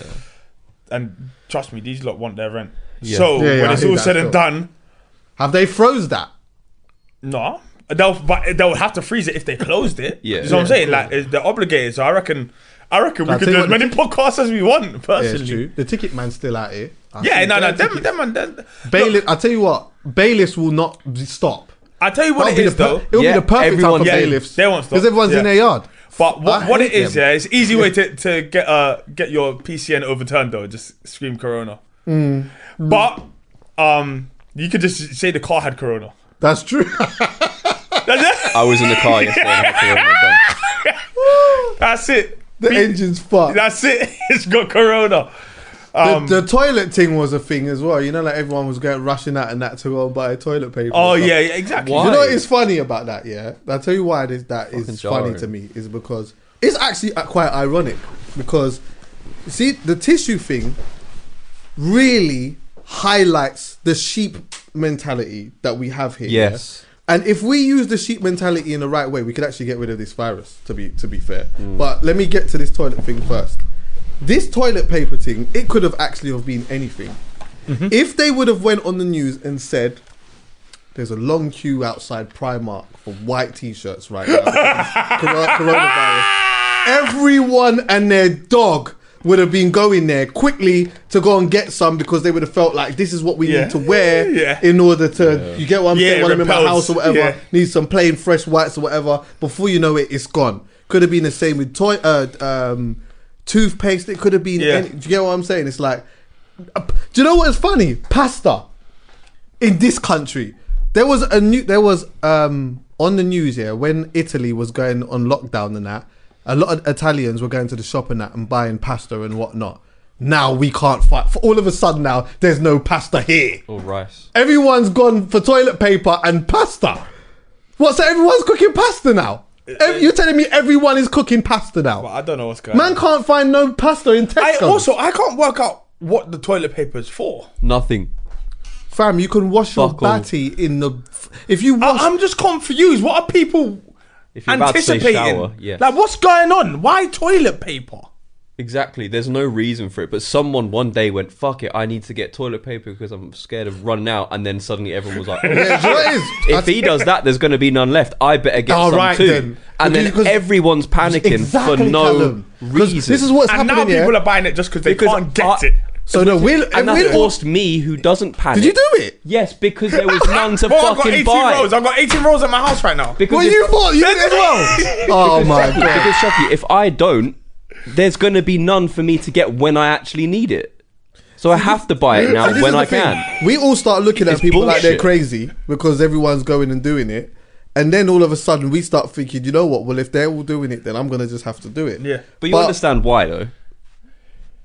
S4: And trust me, these lot want their rent.
S3: Yeah.
S2: Yeah,
S4: So
S2: yeah,
S4: when
S2: I
S4: it's
S2: hear
S4: all
S2: that
S4: said and
S2: still.
S4: done,
S2: Have they froze that?
S4: no, they'll but they'll have to freeze it if they closed it.
S3: Yeah.
S4: you know what I'm
S3: Yeah,
S4: saying. Like it's- they're obligated. So I reckon, I reckon we
S2: I
S4: could
S2: tell
S4: do
S2: you
S4: as
S2: what-
S4: many podcasts as we want.
S2: Yeah, it's
S4: Personally,
S2: true. The ticket man's still out here. I
S4: yeah,
S2: see
S4: no, no,
S2: their
S4: them,
S2: tickets.
S4: them, and them.
S2: Bailiff,
S4: Look,
S2: I tell you what, bailiffs will not stop.
S4: I tell you what
S2: That'll
S4: it
S2: be
S4: is
S2: the per-
S4: though.
S2: It'll
S3: Yeah,
S2: be the perfect time
S3: everyone-
S2: for
S3: yeah,
S2: bailiffs.
S4: they won't stop.
S2: Because everyone's
S4: Yeah.
S2: in their yard.
S4: But what,
S2: I
S4: what it
S2: hate
S4: is,
S2: them.
S4: yeah, it's easy way to, to get uh get your PCN overturned though. Just scream Corona.
S2: Mm.
S4: But um, you could just say the car had Corona.
S2: That's true.
S4: That's it.
S3: I was in the car yesterday. and had corona done.
S4: That's it.
S2: the
S4: Pe-
S2: engine's fucked.
S4: That's um, it. It's got Corona.
S2: The, the toilet thing was a thing as well. You know, like everyone was going rushing out and that to go and buy toilet paper.
S4: Oh
S2: and stuff.
S4: yeah, yeah, exactly.
S2: You
S3: Why?
S2: know what is funny about that? Yeah, I'll tell you why this, that is
S3: Fucking
S2: funny
S3: jarring.
S2: to me is because it's actually uh, quite ironic because you see the tissue thing really highlights the sheep mentality that we have here. yeah?
S3: Yes.
S2: And if we use the sheep mentality in the right way, we could actually get rid of this virus. To be to be fair,
S3: Mm.
S2: but let me get to this toilet thing first. This toilet paper thing, it could have actually have been anything. If they would have went on the news and said, "There's a long queue outside Primark for white T-shirts right now, because of cor- coronavirus," everyone and their dog would have been going there quickly to go and get some because they would have felt like this is what we
S4: Yeah.
S2: need to wear
S4: Yeah.
S2: in order to you get what I'm
S4: Yeah,
S2: saying when I'm in my
S4: repels.
S2: house or whatever
S4: Yeah.
S2: need some plain fresh whites or whatever. Before you know it, it's gone. Could have been the same with toy, uh, um, toothpaste. It could have been.
S4: Yeah.
S2: Any, do you get what I'm saying? It's like, uh, do you know what is funny? Pasta in this country, there was a new. There was um on the news here when Italy was going on lockdown and that. A lot of Italians were going to the shop and that and buying pasta and whatnot. Now we can't fight. For all of a sudden, now there's no pasta here.
S3: Or rice.
S2: Everyone's gone for toilet paper and pasta. What? So everyone's cooking pasta now? Ev- You're telling me everyone is cooking pasta
S4: But
S2: now?
S4: I don't know what's going
S2: Man
S4: on.
S2: can't find no pasta in
S4: I
S2: Tesco.
S4: also I can't work out what the toilet paper is for.
S3: Nothing.
S2: fam, you can wash your
S3: Fuck all.
S2: batty in the. If you wash,
S4: I, am just confused. What are people
S3: If you're about to say
S4: anticipating?
S3: shower, yes.
S4: Like what's going on? Why toilet paper?
S3: Exactly. There's no reason for it, but someone one day went, "Fuck it, I need to get toilet paper because I'm scared of running out." And then suddenly everyone was like, oh,
S2: Yeah, do you know what it is?
S3: "If he does that, there's going to be none left. I better get
S2: All
S3: some
S2: right
S3: too."
S2: then.
S3: And then
S2: Because-
S3: everyone's panicking for
S2: Exactly,
S3: no
S2: Callum. 'Cause
S3: reason.
S2: This is what's
S4: and now
S2: happening
S4: people
S2: here.
S4: are buying it just because they
S3: Because
S4: can't get
S3: I-
S4: it.
S2: so no, we'll,
S3: and that
S2: we'll-
S3: forced me, who doesn't panic.
S2: Did you do it?
S3: Yes, because there was none to
S4: Bro, I've got 18
S3: fucking buy.
S4: rolls. I've got 18 rolls at my house right now.
S3: Because
S2: Well,
S3: if-
S2: you bought you did as well. Oh my
S3: Shaggy,
S2: god.
S3: Because Shaggy, if I don't, there's gonna be none for me to get when I actually need it. So I have to buy it now
S2: See, this
S3: when
S2: is
S3: I
S2: the thing.
S3: can.
S2: We all start looking at
S3: It's
S2: people like they're
S3: bullshit.
S2: crazy because everyone's going and doing it. And then all of a sudden we start thinking, you know what? Well, if they're all doing it, then I'm going to just have to do it.
S4: Yeah.
S3: But you understand why though.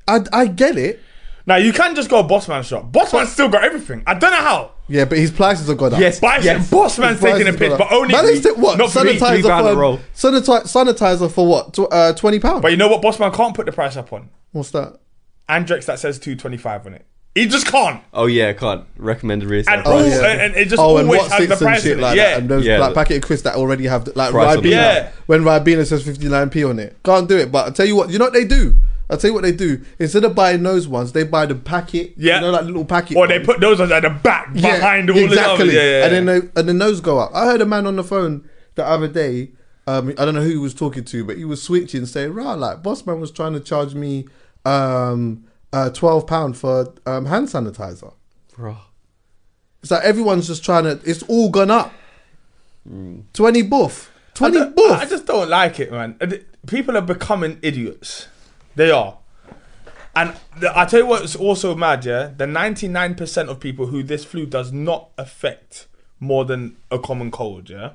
S2: I, I get it.
S4: Now you can just go Bossman shop. Bossman's still got everything. I don't know how.
S2: Yeah, but his prices have gone up.
S3: Yes,
S4: But yes.
S3: yes.
S4: Bossman's
S2: Prices
S4: taking a
S2: have
S4: piss,
S2: gone up.
S4: but only
S2: Man,
S4: me,
S2: it's t- what?
S4: not for me.
S2: sanitizer,
S3: Three pound a
S2: for,
S3: roll.
S2: Sanitizer, sanitizer for what? Tw- uh, £20?
S4: But you know what? Bossman can't put the price up on.
S2: What's that?
S4: Andrex that says 225 on it. He just can't.
S3: Oh yeah, I can't recommend real
S4: And,
S3: estate.
S4: all,
S3: price.
S2: yeah.
S4: and, and it just
S2: oh, and
S4: always
S2: what
S4: has the
S2: sits and
S4: price
S2: shit
S4: in it.
S2: like
S4: yeah.
S2: that, and those
S3: Yeah,
S2: like
S3: but-
S2: packet of crisps that already have the- like
S3: Price on
S2: Ribena.
S4: that. Yeah.
S2: When Ribena says fifty nine p on it, can't do it. But I tell you what, you know what they do. I tell you what they do. Instead of buying those ones, they buy the packet.
S4: yeah.
S2: you know, like little packet.
S4: Or they
S2: ones.
S4: put those ones at the back behind all
S2: exactly.
S4: the others. Yeah, yeah, yeah.
S2: And then they, and the nose go up. I heard a man on the phone the other day. Um, I don't know who he was talking to, but he was switching, saying, "Right, like boss man was trying to charge me um, uh, twelve pound for um, hand sanitizer."
S3: Bro.
S2: It's like everyone's just trying to. It's all gone up. Twenty buff.
S4: Mm. I,
S2: Twenty
S4: don't-
S2: buff.
S4: I just don't like it, man. And it- People are becoming idiots. They are. And the, I tell you what's also mad, yeah? The 99% of people who this flu does not affect more than a common cold, yeah?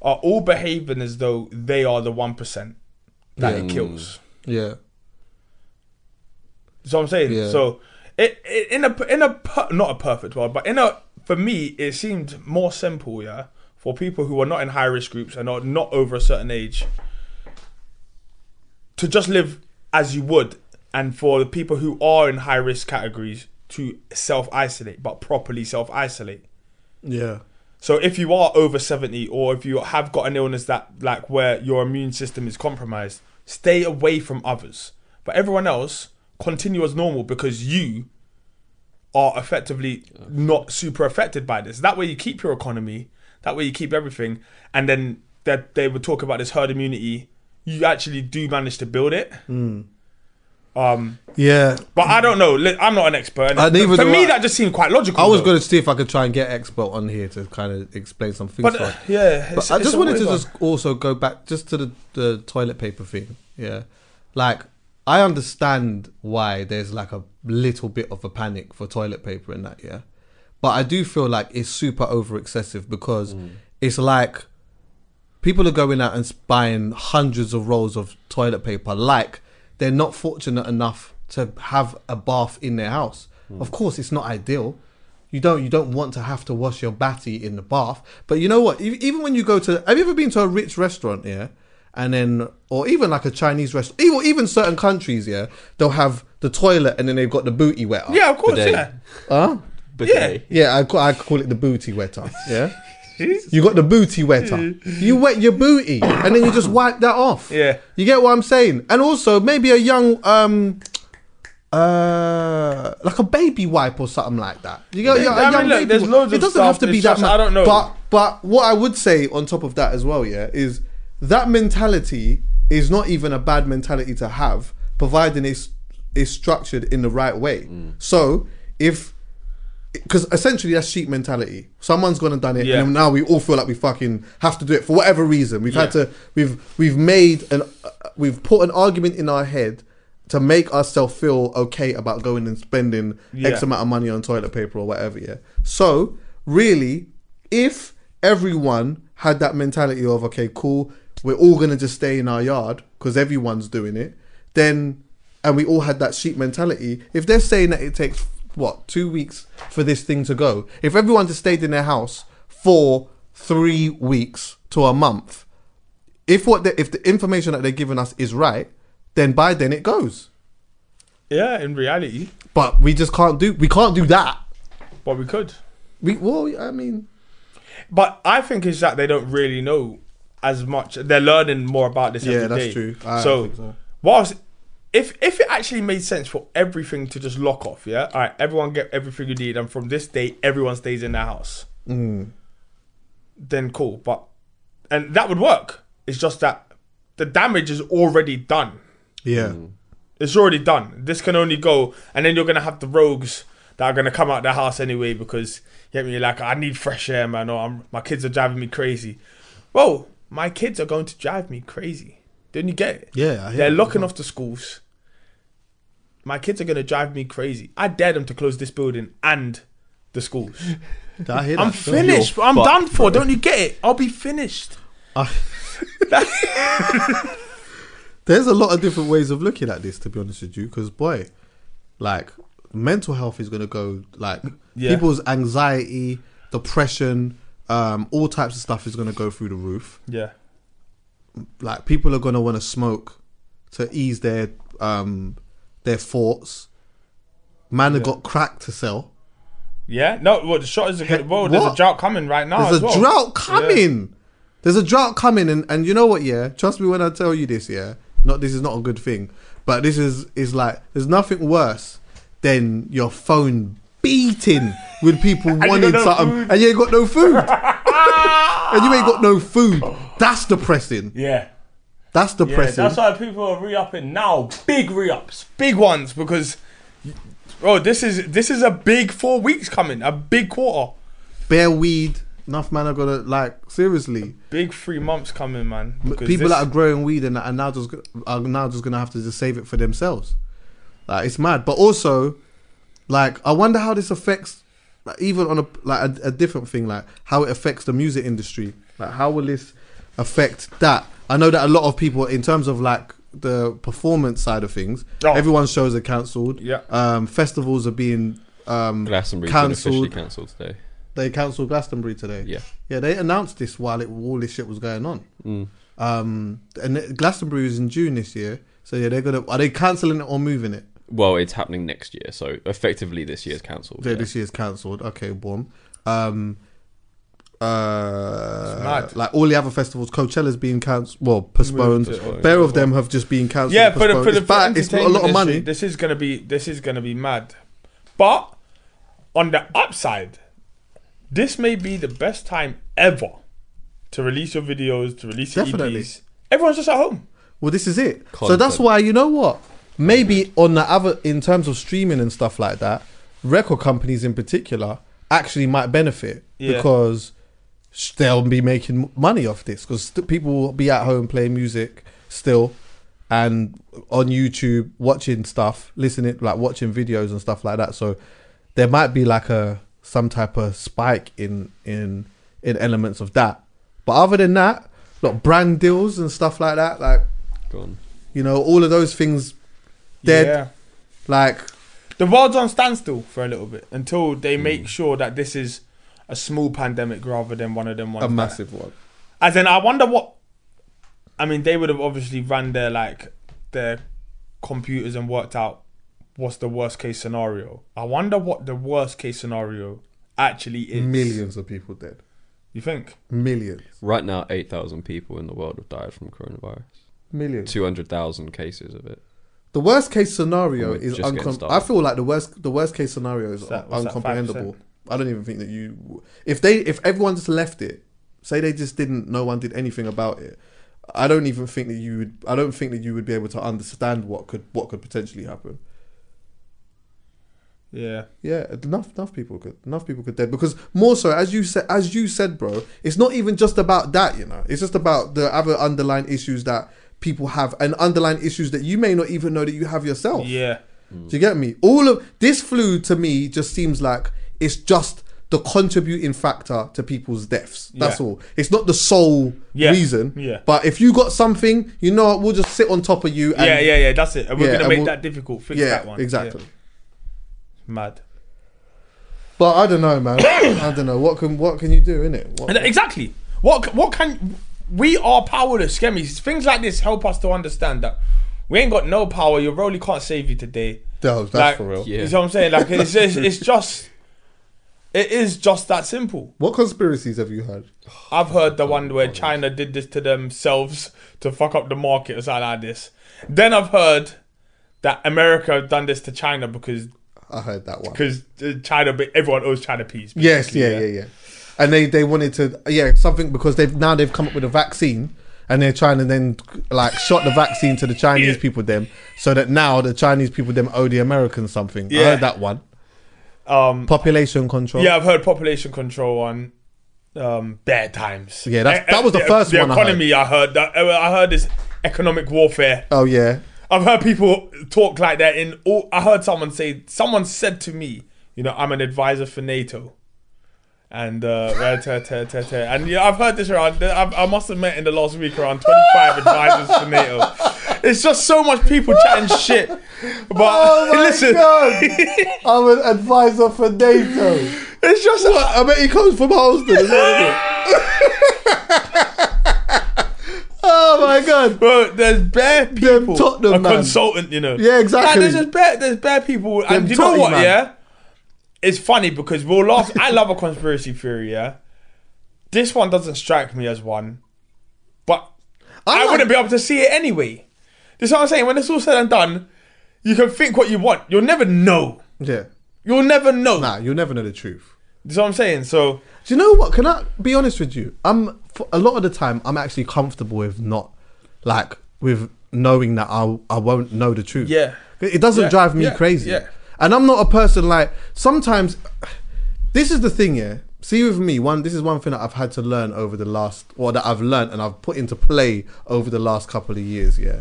S4: Are all behaving as though they are the 1% that it kills.
S2: yeah.
S4: So I'm saying,
S2: Yeah.
S4: so it, it in a in a per, not a perfect world, but in a for me it seemed more simple, yeah, for people who are not in high risk groups and are not over a certain age to just live as you would, and for the people who are in high risk categories to self isolate, but properly self isolate.
S2: Yeah.
S4: So if you are over 70 or if you have got an illness that like where your immune system is compromised, stay away from others. But everyone else continue as normal because you are effectively not super affected by this. That way you keep your economy, that way you keep everything and then that they would talk about this herd immunity, you actually do manage to build it.
S2: Mm.
S4: Um
S2: Yeah.
S4: but I don't know. Li- I'm not an expert.
S2: Uh, neither
S4: For
S2: do
S4: me,
S2: I.
S4: that just seemed quite logical.
S2: I was
S4: though.
S2: going to see if I could try and get expert on here to kind of explain some things.
S4: But
S2: to
S4: uh,
S2: us.
S4: yeah,
S2: But
S4: it's-
S2: I
S4: it's
S2: just
S4: a
S2: wanted to
S4: weird one.
S2: just also go back just to the, the toilet paper thing. Yeah. Like, I understand why there's like a little bit of a panic for toilet paper in that, yeah. But I do feel like it's super over excessive because
S4: Mm.
S2: it's like people are going out and s- buying hundreds of rolls of toilet paper like they're not fortunate enough to have a bath in their house of course it's not ideal you don't you don't want to have to wash your batty in the bath but you know what E- even when you go to have you ever been to a rich restaurant yeah and then or even like a chinese restaurant even, even certain countries yeah they'll have the toilet and then they've got the booty wetter
S4: Yeah, of course,
S3: Bidet.
S4: yeah.
S2: huh?
S3: Bidet.
S2: Yeah, I, ca- I call it the booty wetter. Yeah. You got the booty wetter. You wet your booty, and then you just wipe that off.
S4: Yeah.
S2: You get what I'm saying? And also, maybe a young, um, uh, like a baby wipe or something like that. You get a young- a
S4: I mean,
S2: young
S4: look,
S2: baby
S4: there's
S2: wipe.
S4: loads
S2: It
S4: of
S2: doesn't
S4: stuff,
S2: have to be
S4: it's
S2: that.
S4: just-
S2: much.
S4: I don't know.
S2: But but what I would say on top of that as well, yeah, is that mentality is not even a bad mentality to have, providing it's is structured in the right way.
S4: Mm.
S2: So if because essentially that's sheep mentality. Someone's gone and done it,
S4: Yeah.
S2: and now we all feel like we fucking have to do it for whatever reason. We've had
S4: Yeah.
S2: to, we've we've made an, uh, we've put an argument in our head to make ourselves feel okay about going and spending X
S4: Yeah.
S2: amount of money on toilet paper or whatever. Yeah. So really, if everyone had that mentality of okay, cool, we're all gonna just stay in our yard because everyone's doing it, then and we all had that sheep mentality. If they're saying that it takes what two weeks for this thing to go, if everyone just stayed in their house for three weeks to a month, if what the, if the information that they're giving us is right, then by then it goes.
S4: Yeah, in reality,
S2: But we just can't do we can't do that.
S4: but we could.
S2: We well, I mean,
S4: But I think it's that they don't really know as much. They're learning more about this.
S2: Yeah,
S4: every
S2: that's
S4: day.
S2: true. I
S4: so,
S2: think so.
S4: whilst if if it actually made sense for everything to just lock off, yeah, all right, everyone get everything you need, and from this day, everyone stays in their house.
S2: Mm.
S4: Then cool, but and that would work. It's just that the damage is already done.
S2: yeah,
S4: It's already done. This can only go, and then you're gonna have the rogues that are gonna come out their house anyway because you get me like I need fresh air, man. Or I'm, my kids are driving me crazy. Well, my kids are going to drive me crazy. Don't you get it?
S2: Yeah, I hear
S4: they're
S2: that as
S4: locking off the schools. My kids are gonna drive me crazy. I dare them to close this building and the schools.
S2: I hear
S4: I'm
S2: that.
S4: finished.
S3: You're
S4: I'm
S3: fucked,
S4: done for.
S3: bro.
S4: Don't you get it? I'll be finished.
S2: There's a lot of different ways of looking at this, to be honest with you, because boy, like mental health is gonna go like
S4: Yeah.
S2: people's anxiety, depression, um, all types of stuff is gonna go through the roof.
S4: Yeah.
S2: Like people are gonna want to smoke to ease their um their thoughts. Man have got crack to sell.
S4: Yeah, no. Well, the shot is a good. Well, there's a
S2: what?
S4: drought coming right now.
S2: There's
S4: as
S2: a
S4: well.
S2: drought coming. There's a drought coming, and, and you know what? Yeah, trust me when I tell you this. Yeah, not this is not a good thing, but this is is like there's nothing worse than your phone beating with people
S4: you
S2: wanting
S4: got no
S2: something,
S4: food.
S2: and you ain't got no food, and you ain't got no food. That's depressing.
S4: Yeah.
S2: That's
S4: Yeah,
S2: depressing.
S4: that's why people are re-upping now. Big re-ups, big ones because, bro, this is this is a big four weeks coming, a big quarter,
S2: Bare weed. Enough man are gonna like seriously.
S4: big three months coming, man.
S2: But
S4: because
S2: people
S4: this-
S2: that are growing weed and that are now just are now just gonna have to just save it for themselves. Like it's mad. But also, like I wonder how this affects, like, even on a like a, a different thing, like how it affects the music industry. Like how will this affect that? I know that a lot of people, in terms of like the performance side of things,
S4: Oh.
S2: everyone's shows are cancelled.
S4: Yeah.
S2: um, festivals are being um,
S3: Glastonbury's been officially
S2: cancelled.
S3: cancelled today.
S2: They cancelled Glastonbury today.
S3: Yeah.
S2: yeah. They announced this while it, all this shit was going on.
S4: Mm.
S2: Um, and it- Glastonbury is in June this year, so yeah, they're gonna are they cancelling it or moving it?
S3: Well, it's happening next year, so effectively this year's cancelled.
S2: Yeah,
S3: yeah.
S2: This year's cancelled. Okay, bomb. Um, uh,
S4: mad.
S2: like all the other festivals, Coachella's being cancelled. Well, postponed.
S3: Postponed,
S2: Bare of them have just been cancelled.
S4: oh, yeah, for the,
S2: postponed.
S4: for the
S2: it's bad. It's a lot
S4: entertainment
S2: of money.
S4: industry, This is gonna be this is gonna be mad, but on the upside, this may be the best time ever to release your videos, to release your
S2: Definitely.
S4: EPs. Everyone's just at home.
S2: Well, this is it. So
S3: Content.
S2: that's why you know what? Maybe on the other, in terms of streaming and stuff like that, record companies in particular actually might benefit
S4: Yeah.
S2: because sh- they'll be making money off this because st- people will be at home playing music still and on YouTube watching stuff, listening like watching videos and stuff like that. So there might be like a some type of spike in in in elements of that. But other than that, like brand deals and stuff like that, like
S3: Gone.
S2: you know, all of those things dead.
S4: Yeah.
S2: Like,
S4: the world's on standstill for a little bit until they
S2: Mm.
S4: make sure that this is a small pandemic rather than one of them ones.
S2: a
S4: that-
S2: massive one.
S4: As in, I wonder what. I mean, they would have obviously ran their like their computers and worked out what's the worst case scenario. I wonder what the worst case scenario actually is.
S2: Millions of people dead.
S4: You think?
S2: Millions.
S3: Right now, 8,000 people in the world have died from coronavirus.
S2: Millions.
S3: 200,000 cases of it.
S2: The worst case scenario
S3: We're
S2: is
S3: just getting
S2: uncom-
S3: started.
S2: I feel like the worst the worst case scenario is
S4: that- what's that,
S2: uncomprehendable.
S4: 5%?
S2: I don't even think that you if they if everyone just left it, say they just didn't no one did anything about it. I don't even think that you would I don't think that you would be able to understand what could what could potentially happen.
S4: Yeah.
S2: Yeah, enough enough people could enough people could dead because more so as you said as you said, bro, it's not even just about that, you know. It's just about the other underlying issues that people have and underlying issues that you may not even know that you have yourself.
S4: Yeah.
S2: Do you get me? All of this flu to me just seems like it's just the contributing factor to people's deaths. That's
S4: Yeah.
S2: all. It's not the sole
S4: Yeah.
S2: reason.
S4: Yeah.
S2: But if you got something, you know what, we'll just sit on top of you and
S4: yeah, yeah, yeah. That's it. And we're
S2: Yeah,
S4: gonna
S2: and
S4: make
S2: we'll-
S4: that difficult. Fix
S2: Yeah,
S4: that one. Yeah.
S2: exactly.
S4: Mad.
S2: But I don't know, man. I don't know. What can what can you do, innit? What,
S4: And exactly. What c- what can we are powerless, Skemies. Things like this help us to understand that we ain't got no power. Your role can't save you today.
S2: No, that's
S4: Like,
S2: for real.
S3: Yeah.
S4: You see what I'm saying? Like it's, it's it's just it is just that simple.
S2: What conspiracies have you heard?
S4: I've heard the one where China did this to themselves to fuck up the market or something like this. Then I've heard that America have done this to China because
S2: I heard that one.
S4: because China everyone owes China peace.
S2: Yes,
S4: basically,
S2: yeah, yeah, yeah. And they they wanted to yeah something because they've now they've come up with a vaccine and they're trying to then like shot the vaccine to the Chinese
S4: Yeah.
S2: people them so that now the Chinese people them owe the Americans something. I
S4: Yeah.
S2: heard that one. Um, population control.
S4: Yeah, I've heard population control on um, bad times.
S2: Yeah, that's-
S4: E-
S2: that was the
S4: e-
S2: first
S4: the
S2: one I heard.
S4: economy, I heard. that eh, I heard this economic warfare.
S2: Oh yeah.
S4: I've heard people talk like that in all. I heard someone say. Someone said to me, you know, I'm an advisor for NATO. And uh, rah, ta, ta, ta, ta. and yeah, I've heard this around. I've, I must have met in the last week around 25 advisors for NATO. It's just so much people chatting shit. But
S2: Oh my
S4: listen,
S2: god! I'm an advisor for NATO.
S4: it's just
S2: I bet he comes from Holston. As well, doesn't he? Oh my god.
S4: Bro, there's bare
S2: Them
S4: people.
S2: Tottenham,
S4: a
S2: man.
S4: consultant, you know.
S2: Yeah, exactly.
S4: Like, there's just bare, there's bare people,
S2: Them
S4: and you know
S2: Totty,
S4: what?
S2: man.
S4: Yeah, it's funny because we'll laugh. I love a conspiracy theory. Yeah, this one doesn't strike me as one, but I,
S2: like-
S4: wouldn't be able to see it anyway. This is what I'm saying. When it's all said and done, you can think what you want. You'll never know.
S2: Yeah.
S4: You'll never know.
S2: Nah, you'll never know the truth.
S4: This is what I'm saying. So
S2: Do you know what? Can I be honest with you? I'm for a lot of the time I'm actually comfortable with not like with knowing that I I won't know the truth.
S4: Yeah.
S2: It it doesn't
S4: Yeah,
S2: drive me
S4: yeah,
S2: crazy.
S4: yeah.
S2: And I'm not a person like sometimes this is the thing, yeah. See with me, one this is one thing that I've had to learn over the last or that I've learned and I've put into play over the last couple of years, yeah.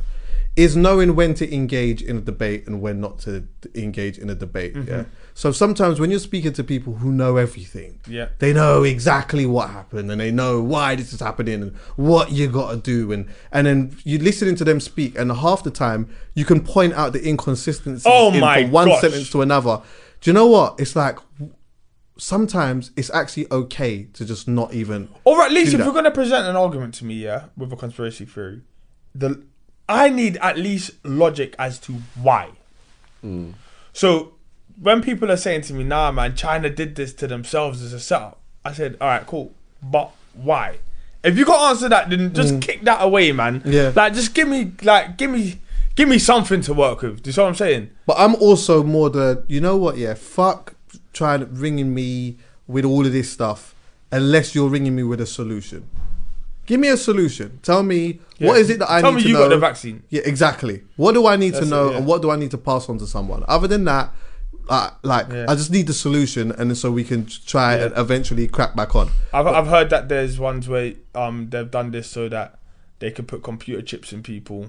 S2: Is knowing when to engage in a debate and when not to engage in a debate. Yeah.
S4: Mm-hmm.
S2: So sometimes when you're speaking to people who know everything,
S4: Yeah.
S2: they know exactly what happened and they know why this is happening and what you got to do and and then you listening to them speak and half the time you can point out the inconsistencies
S4: Oh
S2: in
S4: my
S2: from one
S4: gosh.
S2: sentence to another. Do you know what? It's like sometimes it's actually okay to just not even
S4: Or at least
S2: do
S4: if
S2: that.
S4: you're going to present an argument to me, yeah, with a conspiracy theory, the I need at least logic as to why.
S2: Mm.
S4: So when people are saying to me, "Nah, man, China did this to themselves as a setup," I said, "All right, cool, but why?" If you can't answer that, then just kick that away, man.
S2: Mm. Yeah.
S4: like just give me, like give me, give me something to work with. Do you see what I'm saying?
S2: But I'm also more the you know what? Yeah, fuck trying ringing me with all of this stuff unless you're ringing me with a solution. Give me a solution. Tell me what
S4: Yeah.
S2: is it that I
S4: Tell
S2: need
S4: me
S2: to
S4: you
S2: know.
S4: got the vaccine.
S2: Yeah, exactly. What do I need
S4: That's
S2: to
S4: it,
S2: know,
S4: yeah.
S2: and what do I need to pass on to someone? Other than that, uh, like
S4: Yeah.
S2: I just need the solution, and then so we can try and eventually crack back on.
S4: I've, I've heard that there's ones where um they've done this so that they can put computer chips in people.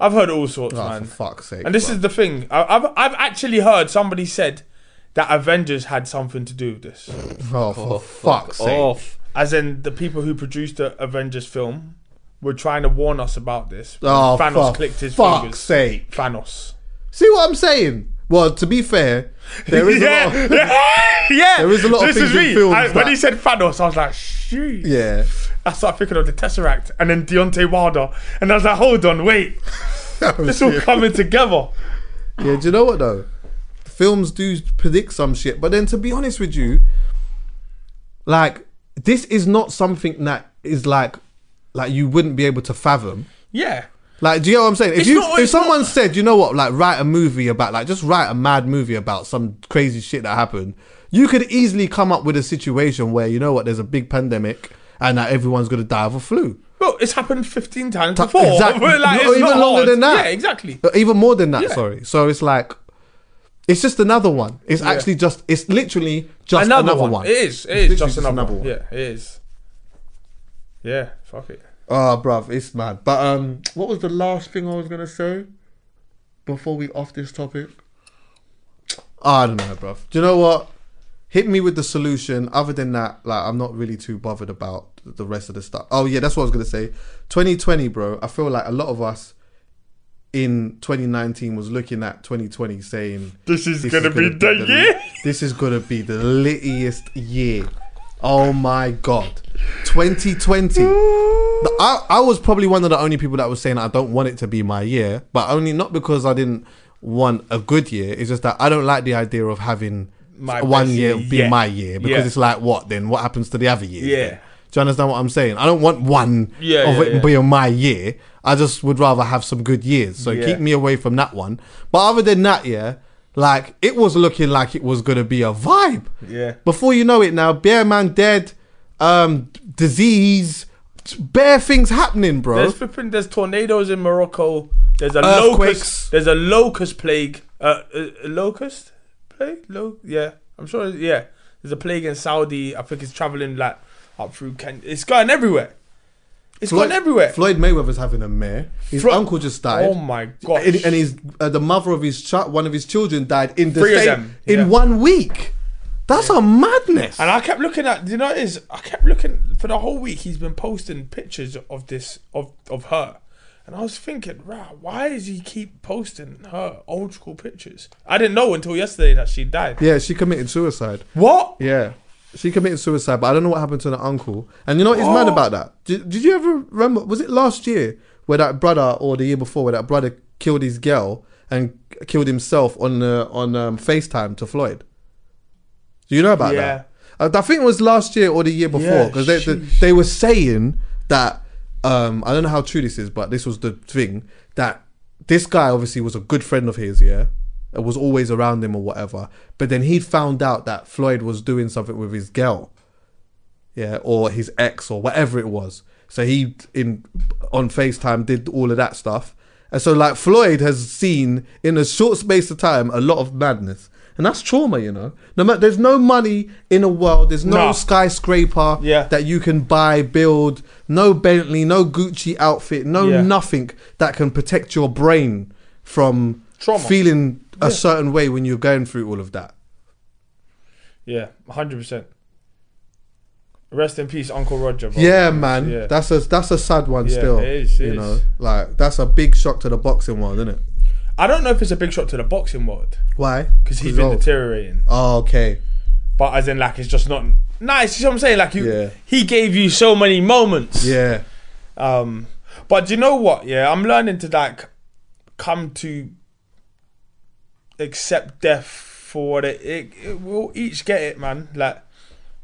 S4: I've heard all sorts,
S2: Oh, for
S4: man.
S2: fuck's sake!
S4: And this
S2: bro.
S4: is the thing. I, I've I've actually heard somebody said that Avengers had something to do with this,
S2: oh, for fuck's sake!
S3: Off.
S4: as in the people who produced the Avengers film were trying to warn us about this. when
S2: Oh,
S4: Thanos
S2: for
S4: clicked his
S2: fuck's
S4: fingers.
S2: sake.
S4: Thanos.
S2: See what I'm saying? Well, to be fair, there is a
S4: yeah,
S2: lot. Of,
S4: yeah, yeah.
S2: There is a lot of
S4: This
S2: things
S4: is
S2: in
S4: me.
S2: films
S4: I- when
S2: that-
S4: he said Thanos, I was like, shoot.
S2: yeah.
S4: I started thinking of the Tesseract and then Deontay Wilder, and I was like, hold on, wait. It's all coming together.
S2: Yeah, do you know what though? Films do predict some shit, but then to be honest with you, like this is not something that is like like you wouldn't be able to fathom.
S4: Yeah.
S2: Like, do you know what I'm saying? If
S4: It's
S2: you
S4: not-
S2: if
S4: it's not-
S2: someone said, you know what, like write a movie about like just write a mad movie about some crazy shit that happened, you could easily come up with a situation where you know what, there's a big pandemic and that everyone's gonna die of a flu.
S4: Well, it's happened 15 times before.
S2: Exact-
S4: We're like,
S2: no,
S4: it's
S2: even
S4: not
S2: longer
S4: hard.
S2: than that.
S4: Yeah, exactly.
S2: Uh, Even more than that,
S4: Yeah.
S2: sorry. So it's like it's just another one. It's actually just it's literally just another, one.
S4: It is. It
S2: It's
S4: is
S2: literally
S4: just another, one. Yeah, it is. Yeah, fuck it.
S2: Oh, bruv, it's mad. But um, what was the last thing I was gonna say before we off this topic? Ah, I don't know, bruv. Do you know what? Hit me with the solution. Other than that, like I'm not really too bothered about the rest of the stuff. Oh yeah, that's what I was gonna say. 2020, bro. I feel like a lot of us in 2019 was looking at 2020 saying
S4: This is gonna be the year."
S2: This is gonna be the littiest year. Oh my god. 2020. The- I, I was probably one of the only people that was saying I don't want it to be my year, but only not because I didn't want a good year. It's just that I don't like the idea of having
S4: My
S2: one
S4: best
S2: year
S4: year,
S2: be
S4: yeah.
S2: my year because
S4: Yeah.
S2: it's like what then? What happens to the other years?
S4: Yeah.
S2: then? Do you understand what I'm saying? I don't want one
S4: Yeah,
S2: of
S4: yeah,
S2: it
S4: yeah.
S2: being my year. I just would rather have some good years. So
S4: Yeah.
S2: keep me away from that one. But other than that, yeah, like it was looking like it was gonna be a vibe.
S4: Yeah.
S2: Before you know it now, bear man dead, um, disease, bare things happening, bro.
S4: There's flipping, there's tornadoes in Morocco. There's a
S2: Earthquakes.
S4: locust. There's a locust plague. Uh, a, a locust plague? Lo- yeah, I'm sure. Yeah, there's a plague in Saudi. I think it's traveling like up through Kenya. It's going everywhere. It's
S2: Floyd,
S4: gone everywhere.
S2: Floyd Mayweather's having a mare. His
S4: Flo-
S2: uncle just died.
S4: Oh my gosh.
S2: And, and his uh, the mother of his child, one of his children died in the
S4: Three of
S2: same,
S4: them,
S2: in
S4: yeah.
S2: one week. That's a madness.
S4: And I kept looking at you know what it is I kept looking for the whole week he's been posting pictures of this of of her. And I was thinking, wow, why does he keep posting her old school pictures? I didn't know until yesterday that she died.
S2: yeah, she committed suicide.
S4: What?
S2: Yeah. She committed suicide, but I don't know what happened to her uncle. And you know what is mad about that? Did, did you ever remember? Was it last year where that brother, or the year before, where that brother killed his girl and killed himself on uh, on um, FaceTime to Floyd? Do you know about
S4: Yeah.
S2: that? I, I think it was last year or the year before
S4: Yeah,
S2: because they, they they were saying that um, I don't know how true this is, but this was the thing that this guy obviously was a good friend of his, yeah, and was always around him or whatever. But then he found out that Floyd was doing something with his girl, yeah, or his ex or whatever it was. So he in on FaceTime did all of that stuff. And so like Floyd has seen in a short space of time a lot of madness. And that's trauma, you know. No matter there's no money in the world, there's no
S4: No.
S2: skyscraper
S4: Yeah.
S2: that you can buy, build, no Bentley, no Gucci outfit, no
S4: Yeah.
S2: nothing that can protect your brain from
S4: Trauma.
S2: feeling a certain way when you're going through all of that.
S4: Yeah, hundred percent. Rest in peace, Uncle Roger. Bro.
S2: Yeah, man,
S4: Oh, Yeah.
S2: that's a that's a sad one
S4: Yeah,
S2: still.
S4: it is, it
S2: you
S4: is.
S2: know, like that's a big shock to the boxing world, isn't it?
S4: I don't know if it's a big shot to the boxing world
S2: Why?
S4: because he's been
S2: old.
S4: deteriorating.
S2: Oh, okay.
S4: But as in, like, it's just not nice. You see what I'm saying? Like, you,
S2: Yeah.
S4: he gave you so many moments.
S2: Yeah.
S4: Um, but do you know what? Yeah, I'm learning to like come to accept death for what it. it, it we'll each get it, man. Like,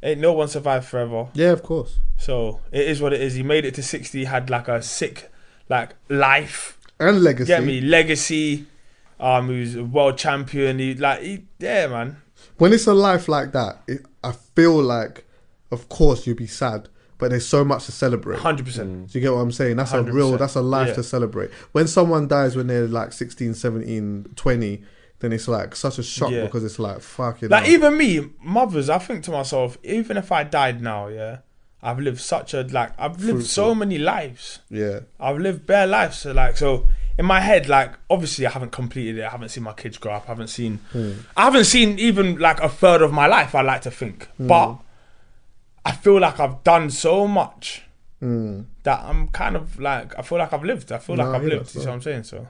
S4: ain't no one survived forever.
S2: Yeah, of course.
S4: So it is what it is. He made it to 60. Had like a sick, like life.
S2: And legacy.
S4: Get me legacy. Um, he was a world champion. He like, he, yeah, man.
S2: When it's a life like that, it, I feel like, of course, you'd be sad, but there's so much to celebrate.
S4: Hundred percent.
S2: Do you get what I'm saying? That's a real,
S4: 100%.
S2: that's a life
S4: Yeah.
S2: to celebrate. When someone dies when they're like 16, 17, 20, then it's like such a shock
S4: Yeah.
S2: because it's like, fucking.
S4: Like even me, mothers. I think to myself, even if I died now, yeah, I've lived such a like, I've lived so many lives.
S2: Yeah.
S4: I've lived bare lives. So like, so in my head, like, obviously, I haven't completed it. I haven't seen my kids grow up. I haven't seen,
S2: Hmm.
S4: I haven't seen even like a third of my life. I like to think,
S2: Hmm.
S4: but I feel like I've done so much that I'm kind of like, I feel like I've lived. I feel
S2: Hmm. Nah, I
S4: like I've
S2: hear
S4: lived.
S2: that,
S4: You see
S2: bro.
S4: what I'm saying? So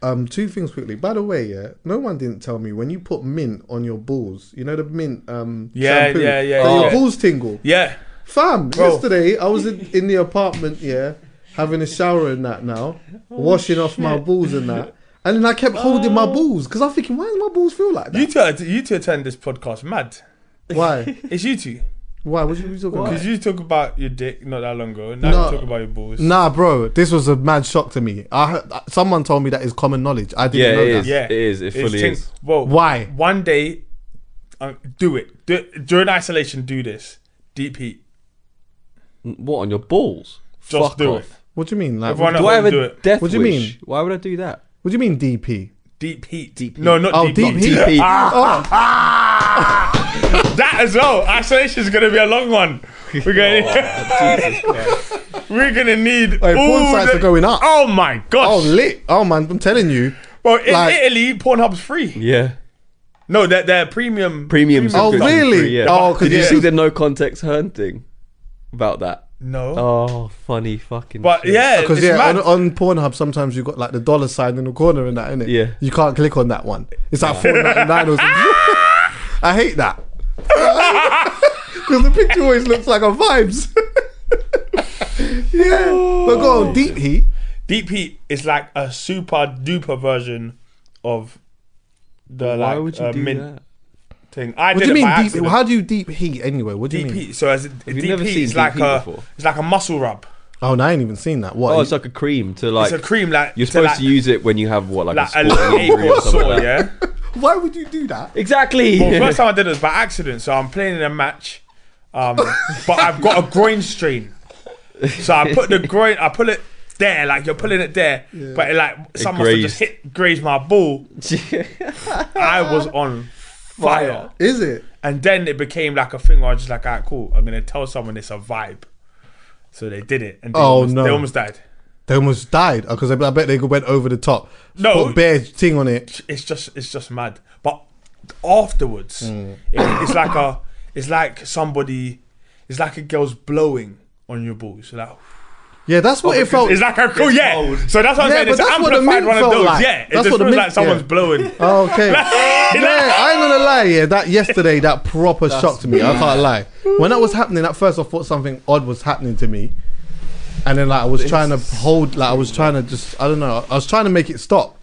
S2: Um, two things quickly. By the way, yeah, no one didn't tell me when you put mint on your balls. You know the mint. Um,
S4: Yeah,
S2: shampoo,
S4: yeah, yeah,
S2: that Your
S4: yeah.
S2: balls tingle.
S4: yeah,
S2: Fam, yesterday I was in, in the apartment, yeah, having a shower and that now,
S4: Oh,
S2: washing off my balls and that. And then I kept holding my balls because I'm thinking, why does my balls feel like
S4: you
S2: that?
S4: two, are- you two attend this podcast, mad.
S2: Why?
S4: It's you two.
S2: Why? What you, what you talking
S4: Because
S2: about?
S4: you talk about your dick not that long ago. Now
S2: No.
S4: you talk about your balls.
S2: Nah, bro, this was a mad shock to me. I heard, someone told me that is common knowledge. I didn't
S3: Yeah,
S2: know
S3: it
S2: that.
S3: is.
S4: Yeah,
S3: It is, it fully
S4: ting-
S3: is.
S4: Well,
S2: Why?
S4: One day, uh, do it do, during isolation. Do this deep heat.
S3: What on your balls?
S4: Just do it.
S2: What do you mean? Like,
S4: Everyone
S2: what,
S4: else-
S3: Do I have
S4: do
S3: a
S4: it.
S3: death
S2: What do you
S3: wish?
S2: mean?
S3: Why would I do that?
S2: what do you mean DP?
S4: Deep heat. Deep. No, not
S2: Oh,
S4: deep.
S2: deep
S4: not
S2: heat. Oh.
S3: DP.
S4: That as well. Isolation is gonna be a long one. We're going.
S3: Oh,
S4: We're gonna need.
S2: Hey, porn
S4: all
S2: sites
S4: the-
S2: are going up.
S4: Oh my
S2: Oh,
S4: gosh.
S2: lit. Oh, man, I'm telling you.
S4: Bro, in
S2: like-
S4: Italy, Pornhub's free.
S3: Yeah.
S4: No, they're, they're premium.
S3: Premium
S2: Oh,
S3: subscription
S2: really?
S3: free, yeah.
S2: Oh, 'cause
S3: Did you
S2: yeah.
S3: see the no context Hearn thing about that?
S4: No.
S3: Oh, funny fucking
S4: But
S3: shit.
S4: yeah,
S2: Because
S4: it's
S2: Oh, yeah,
S4: mad.
S2: on, on Pornhub sometimes you got like the dollar sign in the corner and that, innit?
S3: Yeah.
S2: You can't click on that one. It's like four ninety nine or something. I hate that. Because the picture always looks like a vibes. yeah. But go
S3: Oh.
S2: on, deep heat.
S4: Deep Heat is like a super duper version of the
S3: Why
S4: like
S3: would you
S4: uh,
S3: do
S4: mint
S3: that?
S4: thing. I
S2: What
S4: did
S2: do you
S4: it by
S2: mean deep?
S4: accident.
S2: How do you deep heat anyway? What do you
S4: deep
S2: mean?
S4: heat. So as a,
S3: you
S4: deep
S3: never
S4: heat
S3: seen
S4: is
S3: Deep
S4: like
S3: Heat
S4: a
S3: before?
S4: it's like a muscle rub.
S2: Oh, no, I ain't even seen that. What?
S3: Oh, it's like a cream to like.
S4: a cream, like-
S3: you're
S4: to,
S3: supposed
S4: like-
S3: to use it when you have what like,
S4: Like
S3: a
S4: a
S3: sporting
S4: little
S3: injury
S4: ape
S3: or
S4: or
S3: something.
S4: so,
S3: Like that.
S4: yeah.
S2: Why would you do that?
S3: Exactly.
S4: Well, first time I did it was by accident. So I'm playing in a match, um, but I've got a groin strain. So I put the groin, I put it there, like you're pulling it there, but it, like some must have
S3: grazed.
S4: just hit grazed my ball. I was on fire.
S2: Is it?
S4: And then it became like a thing where I was just like, alright, cool, I'm gonna tell someone it's a vibe. So they did it and they,
S2: Oh,
S4: almost,
S2: no.
S4: they almost died.
S2: They almost died because I bet they went over the top.
S4: No.
S2: Put bear thing on it.
S4: It's just it's just mad. But afterwards, it- it's like a it's like somebody it's like a girl's blowing on your balls. Like
S2: Yeah, that's what it felt.
S4: It's like a cool, yeah.
S5: old.
S4: So that's what I'm
S2: Yeah,
S4: saying.
S2: but
S4: It's
S2: that's what the
S4: amplified
S2: mint
S4: one of
S2: felt
S4: those.
S2: like.
S4: Yeah, it
S2: That's
S4: just
S2: what the
S4: feels
S2: mint-
S4: like someone's
S2: yeah.
S4: blowing.
S2: Oh, okay.
S4: Like-
S2: yeah, I ain't gonna lie. Yeah, that yesterday, that proper shocked me. I can't lie. When that was happening, at first I thought something odd was happening to me, and then like I was trying to hold, like I was trying to just, I don't know, I was trying to make it stop,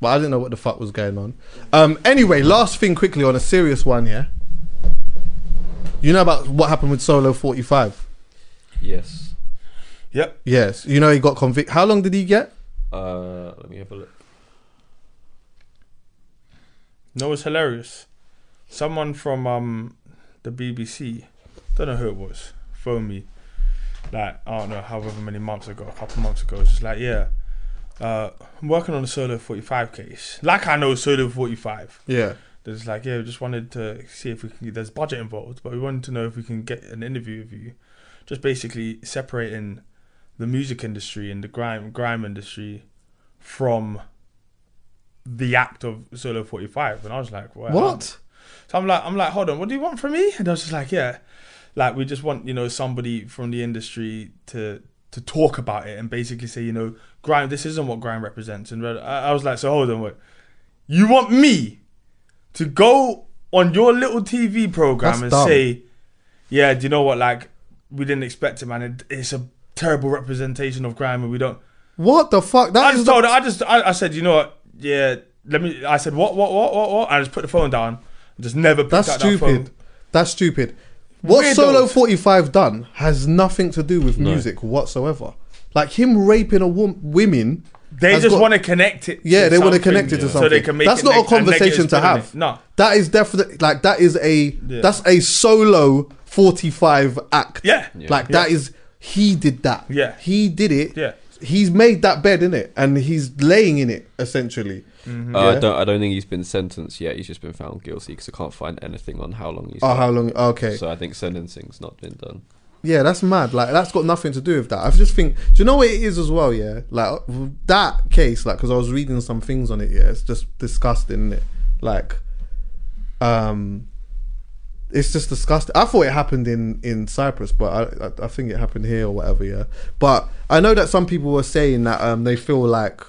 S2: but I didn't know what the fuck was going on. Um, anyway, last thing quickly on a serious one, yeah. You know about what happened with Solo Forty Five?
S3: Yes.
S4: Yep.
S2: Yes, you know he got convicted. How long did he get?
S3: Uh, let me have a look.
S4: No, it's hilarious. Someone from um the BBC, don't know who it was, phoned me. Like I don't know, however many months ago, a couple months ago, it's just like yeah, uh, I'm working on a solo 45 case. Like I know solo 45.
S2: Yeah.
S4: They're just like yeah, we just wanted to see if we can. There's budget involved, but we wanted to know if we can get an interview with you. Just basically separating the music industry and the grime grime industry from the act of solo 45 and i was like wow.
S2: What?
S4: So I'm like, I'm like, hold on, what do you want from me? And I was just like, yeah, like we just want you know somebody from the industry to to talk about it and basically say you know grind. This isn't what grind represents. And I I was like, so hold on, wait, you want me to go on your little TV program
S2: That's
S4: and
S2: dumb.
S4: say, yeah, do you know what? Like we didn't expect it, man. It, it's a terrible representation of grime, and we don't.
S2: What the fuck? That
S4: I
S2: is
S4: just
S2: the-
S4: told her. I just. I, I said, you know what? Yeah. Let me. I said, what? What? What? What? What? I just put the phone down. I just never picked
S2: That's
S4: up that
S2: stupid.
S4: phone.
S2: That's stupid. What
S4: Weirdos.
S2: Solo 45 done has nothing to do with music whatsoever. Like him raping a wom- women.
S4: They
S2: has
S4: just
S2: got-
S4: want to connect it.
S2: Yeah,
S4: to
S2: they want to
S4: something
S2: connect it to something.
S4: So they can make
S2: that's
S4: it
S2: not
S4: neg-
S2: a conversation
S4: negative
S2: to
S4: spin on
S2: have.
S4: it. No.
S2: that is definitely like that is a that's a solo forty-five act.
S4: Yeah.
S2: like that is he did that.
S4: Yeah.
S2: he did it.
S4: Yeah.
S2: he's made that bed in it, and he's laying in it essentially.
S4: Mm-hmm.
S3: Uh,
S2: Yeah.
S3: I don't. I don't think he's been sentenced yet. He's just been found guilty because I can't find anything on how long he's.
S2: Oh,
S3: done.
S2: how long? Okay,
S3: So I think sentencing's not been done.
S2: Yeah, that's mad. Like that's got nothing to do with that. I just think, do you know what it is as well? Yeah, like that case, like because I was reading some things on it. Yeah, it's just disgusting, is it? Like, um, it's just disgusting. I thought it happened in in Cyprus, but I I, I think it happened here or whatever. Yeah, but I know that some people were saying that um they feel like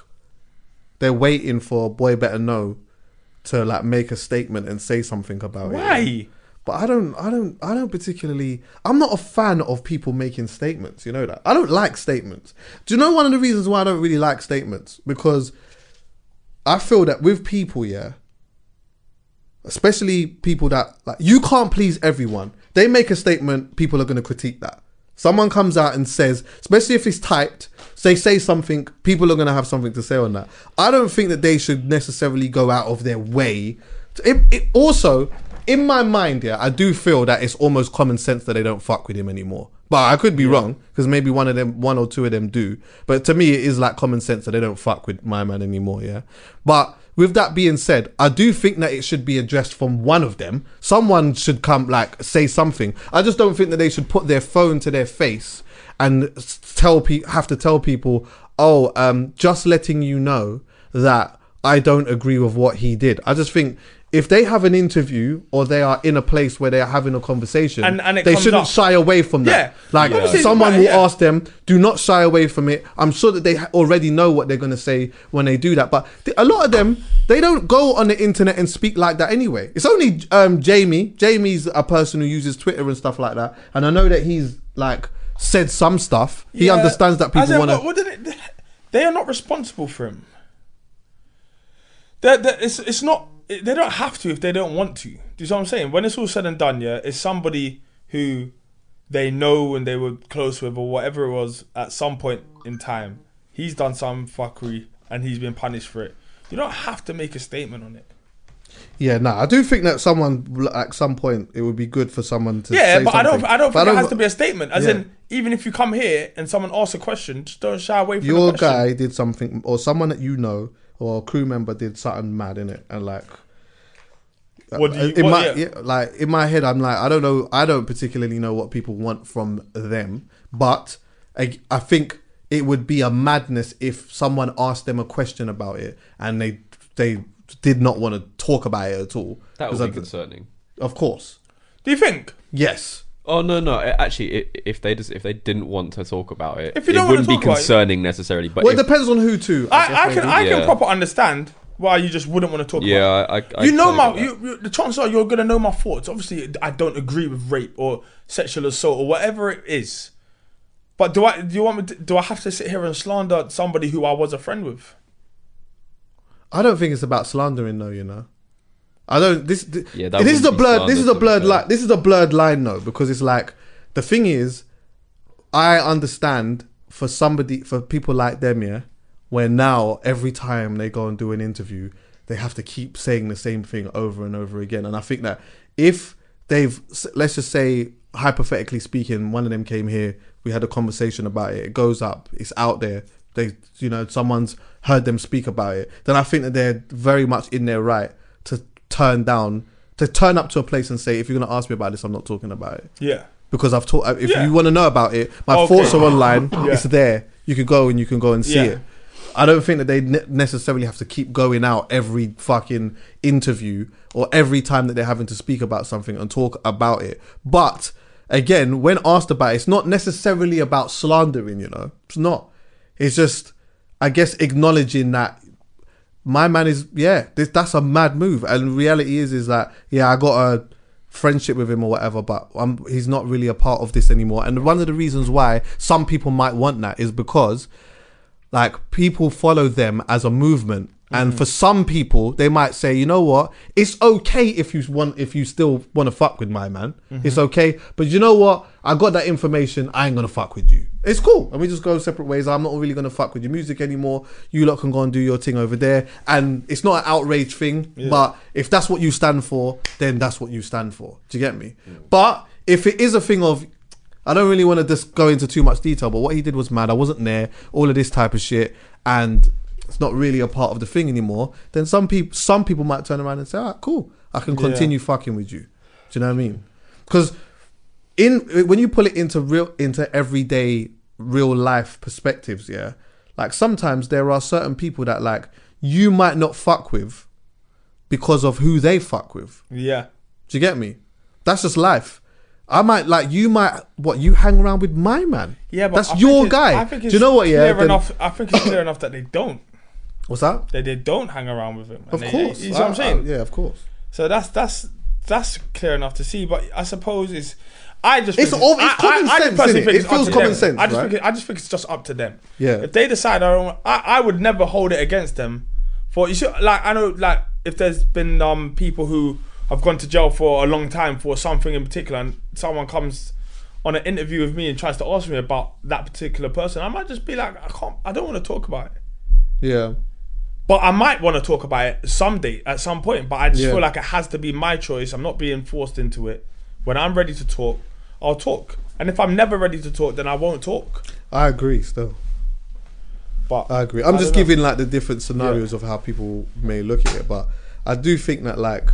S2: they're waiting for Boy Better Know to like make a statement and say something about it.
S4: Why?
S2: But I don't, I don't, I don't particularly. I'm not a fan of people making statements. You know that. I don't like statements. Do you know one of the reasons why I don't really like statements? Because I feel that with people, yeah, especially people that like, you can't please everyone. They make a statement, people are going to critique that. Someone comes out and says, especially if it's typed, they say something, people are going to have something to say on that. I don't think that they should necessarily go out of their way. It, it also, in my mind, yeah, I do feel that it's almost common sense that they don't fuck with him anymore. But I could be wrong because maybe one of them, one or two of them do. But to me, it is like common sense that they don't fuck with my man anymore. Yeah. But with that being said, I do think that it should be addressed from one of them. Someone should come, like, say something. I just don't think that they should put their phone to their face and s- tell pe- have to tell people, oh, um, just letting you know that I don't agree with what he did. I just think if they have an interview or they are in a place where they are having a conversation,
S4: And- and it
S2: they
S4: comes
S2: shouldn't
S4: up.
S2: shy away from that.
S4: Yeah.
S2: Like,
S4: Conversations
S2: someone
S4: matter,
S2: will
S4: yeah.
S2: ask ask them. Do not shy away from it. I'm sure that they ha- already know what they're going to say when they do that. But th- a lot of them, they don't go on the internet and speak like that anyway. It's only um, Jamie. Jamie's a person who uses Twitter and stuff like that. And I know that he's like said some stuff. He
S4: Yeah.
S2: understands that
S4: As in,
S2: people want
S4: what-
S2: to.
S4: what did it- They are not responsible for him. They're, they're- it's, it's not. it- They don't have to if they don't want to. Do you know what I'm saying? When it's all said and done, yeah, it's somebody who they know and they were close with or whatever it was at some point in time. He's done some fuckery and he's been punished for it. You don't have to make a statement on it.
S2: Yeah, no, I do think that someone at some point it would be good for someone to.
S4: Yeah,
S2: say
S4: but I don't.
S2: something.
S4: I don't think
S2: But
S4: it has to be a statement. As
S2: Yeah.
S4: in, even if you come here and someone asks a question, just don't shy away from
S2: your
S4: the question.
S2: guy did something or someone that you know or a crew member did something mad in it and like
S4: What do you-
S2: in
S4: what-
S2: my
S4: yeah.
S2: uh, yeah, like in my head i'm like i don't know i don't particularly know what people want from them but i, I think it would be a madness if someone asked them a question about it and they they did not want to talk about it at all
S3: That
S2: 'Cause
S3: would
S2: I-
S3: be concerning.
S2: of course
S4: Do you think?
S2: yes
S3: Oh no, no. a- Actually, i if they just if they didn't want to talk about it,
S4: If you
S3: it
S4: don't wanna
S3: wouldn't be
S4: talk about it-
S3: concerning necessarily. But
S2: Well,
S3: if-
S2: it depends on who too. guess,
S4: I, I can
S2: maybe.
S4: I can
S3: Yeah.
S4: proper understand why you just wouldn't want to talk about.
S3: yeah, I, I, I
S4: you know
S3: totally
S4: my
S3: get that.
S4: you, you, the chances are you're gonna know my thoughts. Obviously, I don't agree with rape or sexual assault or whatever it is. But do I do you want me to, do I have to sit here and slander somebody who I was a friend with?
S2: I don't think it's about slandering though. You know, I don't. This th-
S3: Yeah, that
S2: this is
S3: wouldn't
S2: the
S3: be
S2: blurred. This
S3: slander,
S2: is the
S3: to be
S2: blurred
S3: fair.
S2: line. This is the blurred line though, because it's like the thing is, I understand for somebody for people like them, yeah, where now every time they go and do an interview, they have to keep saying the same thing over and over again, and I think that if they've s- let's just say hypothetically speaking, one of them came here, we had a conversation about it, it goes up, it's out there, they you know someone's heard them speak about it, then I think that they're very much in their right to turn down to turn up to a place and say if you're going to ask me about this, I'm not talking about it
S4: Yeah.
S2: because I've taught. If
S4: Yeah.
S2: you want to know about it, my
S4: Okay.
S2: thoughts are online.
S4: Yeah.
S2: It's there. You can go and you can go and see
S4: Yeah.
S2: it. I don't think that they ne- necessarily have to keep going out every fucking interview or every time that they're having to speak about something and talk about it. But again, when asked about it, it's not necessarily about slandering. You know, it's not. It's just, I guess, acknowledging that my man is yeah this, that's a mad move and reality is is that yeah i got a friendship with him or whatever but um he's not really a part of this anymore and one of the reasons why some people might want that is because like people follow them as a movement and for some people they might say you know what it's okay if you want if you still want to fuck with my man it's okay but you know what i got that information i ain't gonna fuck with you it's cool and we just go separate ways i'm not really gonna fuck with your music anymore you lot can go and do your thing over there and it's not an outrage thing but if that's what you stand for then that's what you stand for do you get me but if it is a thing of I don't really want to just go into too much detail, but what he did was mad. I wasn't there, all of this type of shit, and it's not really a part of the thing anymore. Then some people, some people might turn around and say, "All right, cool, I can continue fucking with you." Do you know what I mean? Because in when you pull it into real into everyday real life perspectives, yeah, like sometimes there are certain people that like you might not fuck with because of who they fuck with.
S4: Yeah.
S2: Do you get me? That's just life. I might like you might what you hang around with my man.
S4: Yeah, but
S2: that's
S4: I think
S2: your
S4: it-
S2: guy.
S4: I think it's
S2: Do you know what? Yeah,
S4: clear
S2: then-
S4: enough, I think it's clear enough that they don't.
S2: what's that?
S4: That they don't hang around with him. And
S2: Of
S4: they-
S2: course,
S4: You see what
S2: I-
S4: I'm saying?
S2: I- yeah, of course.
S4: So that's that's that's clear enough to see. But I suppose it's I just
S2: It's
S4: think
S2: all- it's common
S4: just
S2: sense,
S4: personally
S2: innit?
S4: think
S2: It
S4: it's up
S2: feels
S4: to
S2: common
S4: them.
S2: sense,
S4: I just
S2: right?
S4: think it, I just think it's just up to them.
S2: Yeah.
S4: If they decide I don't, I, I would never hold it against them. For you should like I know like if there's been um people who have gone to jail for a long time for something in particular, and someone comes on an interview with me and tries to ask me about that particular person, I might just be like I can't, I don't want to talk about it.
S2: Yeah,
S4: But I might want to talk about it someday at some point. But I just
S2: Yeah.
S4: feel like it has to be my choice. I'm not being forced into it. When I'm ready to talk, I'll talk. And if I'm never ready to talk, then I won't talk.
S2: I agree. Still,
S4: But
S2: I agree. I'm
S4: I
S2: just
S4: don't know.
S2: giving like the different scenarios of how people may look at it, but I do think that like,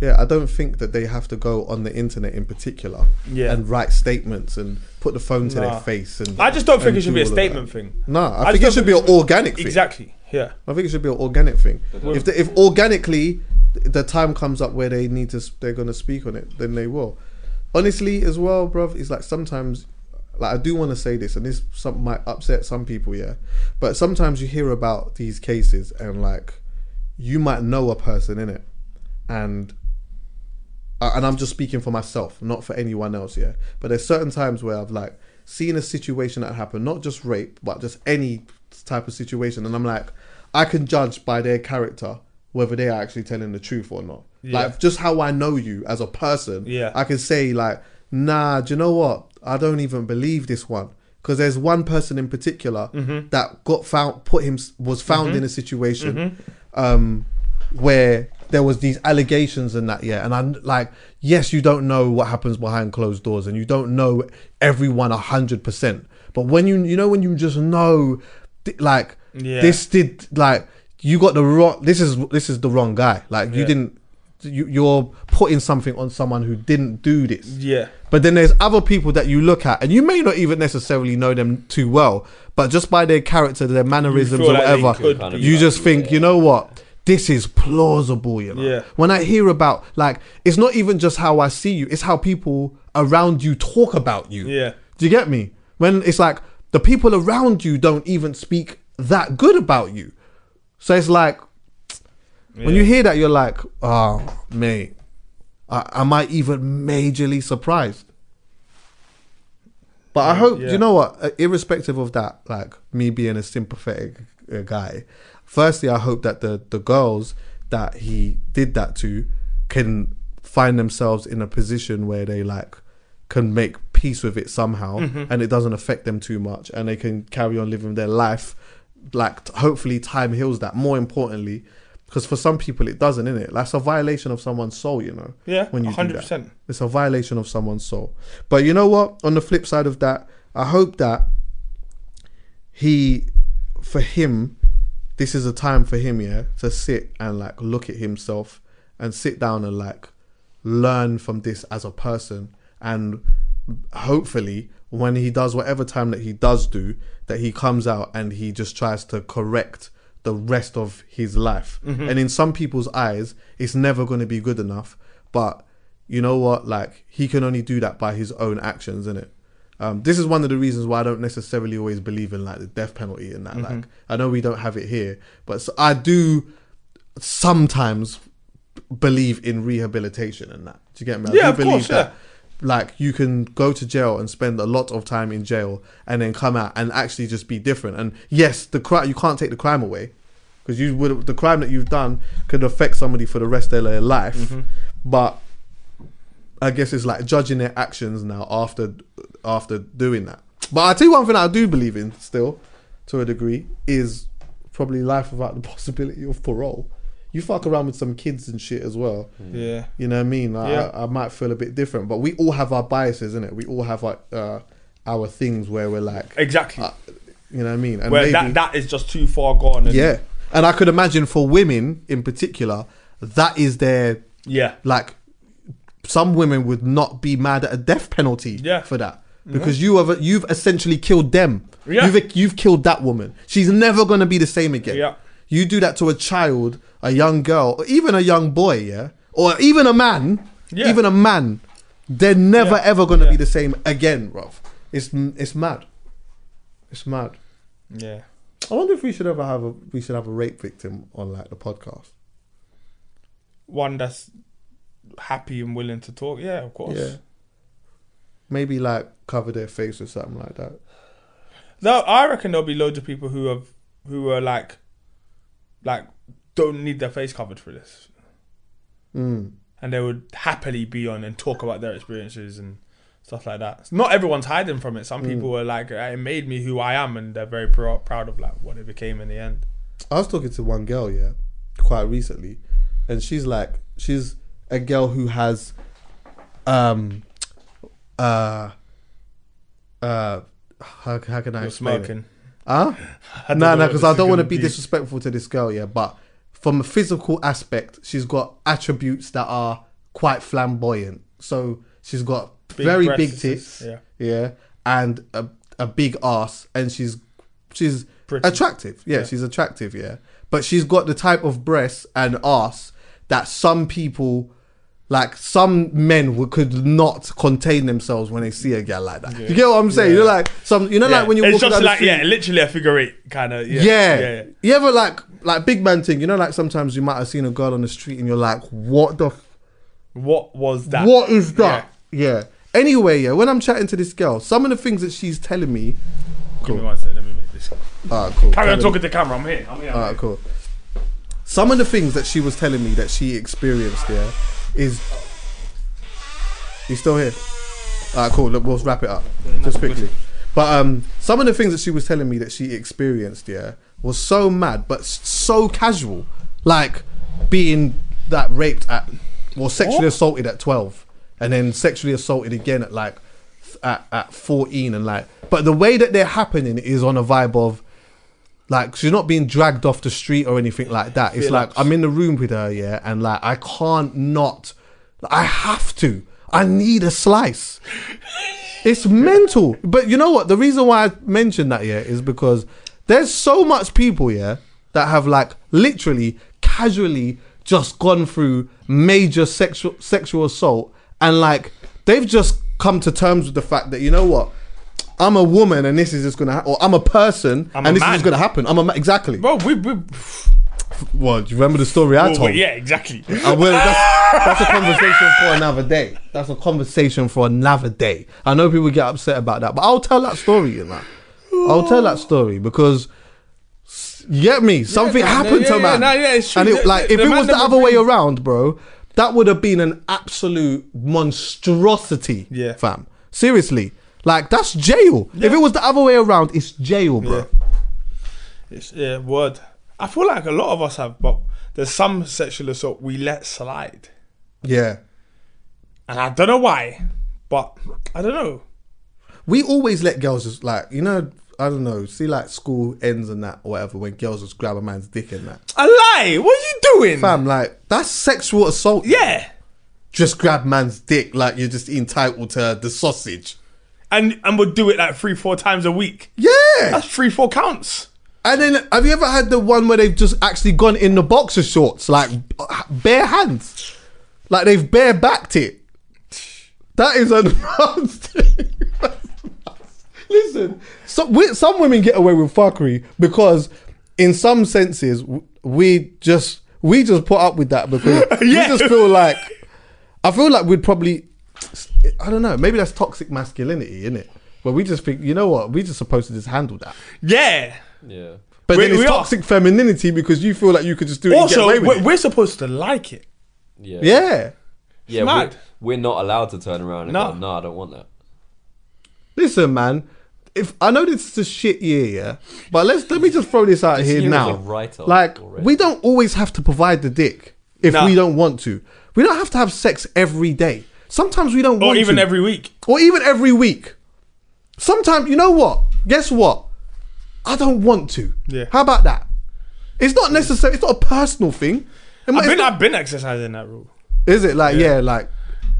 S2: yeah, I don't think that they have to go on the internet in particular
S4: Yeah.
S2: and write statements and put the phone to
S4: Nah.
S2: their face and.
S4: I just don't think
S2: and
S4: it should
S2: do
S4: be a
S2: all of
S4: statement
S2: that.
S4: thing.
S2: No, I,
S4: just
S2: think it
S4: don't
S2: should be an organic thing.
S4: Exactly. Yeah.
S2: I think it should be an organic thing. If the, if organically the time comes up where they need to, s- they're gonna speak on it, then they will. Honestly, as well, bruv, it's like sometimes, like I do want to say this, and this some might upset some people, yeah. But sometimes you hear about these cases, and like, you might know a person in it, and uh, and I'm just speaking for myself, not for anyone else, yeah. But there's certain times where I've like seen a situation that happened, not just rape, but just any type of situation, and I'm like, I can judge by their character whether they are actually telling the truth or not. Like just how I know you as a person,
S4: Yeah.
S2: I can say like, nah, do you know what? I don't even believe this one. Because there's one person in particular that got found, put him, was found in a situation um, where there was these allegations and that yeah and i'm like yes you don't know what happens behind closed doors and you don't know everyone 100% but when you you know when you just know th- like
S4: Yeah.
S2: this did like you got the wrong this is this is the wrong guy like you
S4: Yeah.
S2: didn't you, you're putting something on someone who didn't do this
S4: Yeah.
S2: but then there's other people that you look at, and you may not even necessarily know them too well, but just by their character, their mannerisms,
S4: feel
S2: or
S4: like they
S2: whatever,
S4: could
S2: you just think, you know what? This is plausible, you know.
S4: Yeah.
S2: When I hear about like, it's not even just how I see you; it's how people around you talk about you.
S4: Yeah.
S2: Do you get me? When it's like the people around you don't even speak that good about you. So it's like when you hear that, you're like, oh, mate, I, am I even majorly surprised? But I hope,
S4: yeah.
S2: you know what, uh, irrespective of that, like me being a sympathetic uh, guy, firstly, I hope that the, the girls that he did that to can find themselves in a position where they like can make peace with it somehow
S4: Mm-hmm.
S2: and it doesn't affect them too much and they can carry on living their life. Like, t- hopefully, time heals that. More importantly, because for some people it doesn't, innit? That's a violation of someone's soul, you know.
S4: Yeah,
S2: when you do that.
S4: 100%.
S2: It's a violation of someone's soul. But you know what? On the flip side of that, I hope that he, for him, this is a time for him, yeah, to sit and like look at himself and sit down and like learn from this as a person. And hopefully, when he does whatever time that he does do, that he comes out and he just tries to correct the rest of his life. And in some people's eyes, it's never going to be good enough. But you know what? Like he can only do that by his own actions, innit? Um, this is one of the reasons why I don't necessarily always believe in like the death penalty and that.
S4: Mm-hmm.
S2: Like I know we don't have it here, but s I I do sometimes believe in rehabilitation and that. Do you get me? I
S4: Yeah,
S2: do
S4: of course,
S2: believe
S4: yeah.
S2: that like you can go to jail and spend a lot of time in jail and then come out and actually just be different. And yes, the crime you can't take the crime away because you would the crime that you've done could affect somebody for the rest of their life,
S4: Mm-hmm.
S2: but I guess it's like judging their actions now after after doing that. But I tell you one thing I do believe in still, to a degree, is probably life without the possibility of parole. You fuck around with some kids and shit as well.
S4: Yeah.
S2: You know what I mean? Like,
S4: Yeah.
S2: I, I might feel a bit different, but we all have our biases, innit? We all have our uh, our things where we're like,
S4: Exactly.
S2: you know what I mean? And
S4: Where
S2: Uh, maybe-
S4: that, that is just too far gone. And
S2: yeah, and I could imagine for women in particular, that is their
S4: Yeah.
S2: like some women would not be mad at a death penalty
S4: Yeah. Mm-hmm.
S2: for that because you have you've essentially killed them.
S4: Yeah.
S2: You've you've killed that woman. She's never going to be the same again.
S4: Yeah.
S2: You do that to a child, a young girl, or even a young boy, yeah, or even a man,
S4: Yeah.
S2: even a man, they're never
S4: Yeah.
S2: ever going to be
S4: Yeah.
S2: the same again, Rob. It's it's mad. It's mad.
S4: Yeah.
S2: I wonder if we should ever have a we should have a rape victim on like the podcast.
S4: One that's happy and willing to talk. Yeah, of course.
S2: Yeah. Maybe like cover their face or something like that.
S4: No, I reckon there'll be loads of people who have who are like, like don't need their face covered for this,
S2: Hmm.
S4: and they would happily be on and talk about their experiences and stuff like that. Not everyone's hiding from it.
S2: Hmm.
S4: Some people are like, it made me who I am, and they're very prou- proud of like what it became in the end.
S2: I was talking to one girl, yeah, quite recently, and she's like, she's a girl who has, um, uh, uh, how, how can I
S4: You're
S2: explain it?
S4: smoking.
S2: Huh?
S4: don't
S2: No,
S4: know
S2: no,
S4: what
S2: because
S4: this
S2: I
S4: is
S2: don't want to
S4: gonna
S2: be
S4: be.
S2: disrespectful to this girl, yeah, but from a physical aspect, she's got attributes that are quite flamboyant. So she's got
S4: Big
S2: very
S4: breasts,
S2: big tits,
S4: yeah.
S2: yeah, and a, a big ass, and she's she's
S4: Pretty.
S2: attractive, yeah, she's attractive, yeah, but she's got the type of breasts and ass that some people. Like some men would, could not contain themselves when they see a girl like that. You get what I'm saying? You're like some, you know, like when you're
S4: it's
S2: walking
S4: just
S2: down
S4: like
S2: the street,
S4: yeah, literally a figure eight kind of yeah.
S2: yeah.
S4: yeah.
S2: You ever like like big man thing? You know, like sometimes you might have seen a girl on the street and you're like, what the, f-
S4: What was that?
S2: what is that? Yeah. Anyway, yeah. When I'm chatting to this girl, some of the things that she's telling me.
S4: Yeah. Give me one second. Let me make this.
S2: Ah, cool.
S4: Carry on
S2: Telling-
S4: talking to the camera. I'm here. I'm here. I'm
S2: All
S4: here.
S2: right, cool. Some of the things that she was telling me that she experienced there is. You still here? All right, cool. Look, we'll wrap it up just quickly. But um, some of the things that she was telling me that she experienced, yeah, was so mad, but s- so casual, like being that raped at, or sexually assaulted at twelve, and then sexually assaulted again at like, th- at, at fourteen, and like, but the way that they're happening is on a vibe of, like she's not being dragged off the street or anything like that. It's like I'm in the room with her, yeah, and like I can't not. I have to. I need a slice. It's mental. But you know what? The reason why I mentioned that yeah is because there's so much people yeah that have like literally casually just gone through major sexual sexual assault and like they've just come to terms with the fact that you know what. I'm a woman, and this is just gonna, ha- or I'm a person,
S4: I'm
S2: and
S4: a
S2: this
S4: man.
S2: is just gonna happen. I'm a ma- exactly.
S4: Bro, we, we
S2: Well, do you remember the story I
S4: well,
S2: told?
S4: yeah, exactly.
S2: I will. That's, that's a conversation for another day. That's a conversation for another day. I know people get upset about that, but I'll tell that story, you know. I'll tell that story because, s- you get me, something
S4: no,
S2: happened
S4: yeah,
S2: to
S4: yeah,
S2: man.
S4: no, yeah, it's true.
S2: And it,
S4: The-
S2: like,
S4: the-
S2: if
S4: the
S2: it
S4: man
S2: was the
S4: never
S2: other way
S4: brings-
S2: around, bro, that would have been an absolute monstrosity,
S4: Yeah.
S2: fam. Seriously. Like, that's jail. If it was the other way around, it's jail, bro.
S4: Yeah. It's, yeah, word. I feel like a lot of us have, but there's some sexual assault we let slide.
S2: yeah.
S4: And I don't know why, but I don't know.
S2: We always let girls just like you know I don't know see like school ends and that or whatever when girls just grab a man's dick and that.
S4: A lie! What are you doing?
S2: Fam, like that's sexual assault.
S4: Yeah.
S2: just grab man's dick like you're just entitled to the sausage.
S4: And and we'll do it like three, four times a week.
S2: Yeah,
S4: That's three, four counts.
S2: and then have you ever had the one where they've just actually gone in the boxer shorts like bare hands, like they've bare backed it. That is a Listen, so, we, some women get away with fuckery because, in some senses, w- we just we just put up with that because
S4: Yeah.
S2: we just feel like I feel like we'd probably I don't know maybe that's toxic masculinity, isn't it? Where we just think you know what we're just supposed to just handle that.
S4: Yeah.
S3: Yeah.
S2: But
S4: We-
S2: then it's
S4: we are.
S2: toxic femininity because you feel like you could just do it
S4: Also,
S2: and get away with
S4: we're,
S2: it.
S4: we're supposed to like it.
S3: Yeah.
S2: yeah.
S3: Yeah,
S4: mad.
S3: we're, we're not allowed to turn around and
S4: No.
S3: go, no, I don't want that.
S2: Listen, man. If I know this is a shit year, yeah, but let's let me just throw this out
S3: This
S2: here
S3: year is
S2: now.
S3: a write-off
S2: like
S3: already.
S2: we don't always have to provide the dick if
S4: No.
S2: we don't want to. We don't have to have sex every day. Sometimes we don't
S4: Or
S2: want
S4: even
S2: to.
S4: every week.
S2: or even every week. Sometimes you know what? Guess what? I don't want to.
S4: Yeah.
S2: How about that? It's not necessary. It's not a personal thing. It might-
S4: I've been,
S2: it's
S4: I've been exercising that rule.
S2: not- is it like yeah, like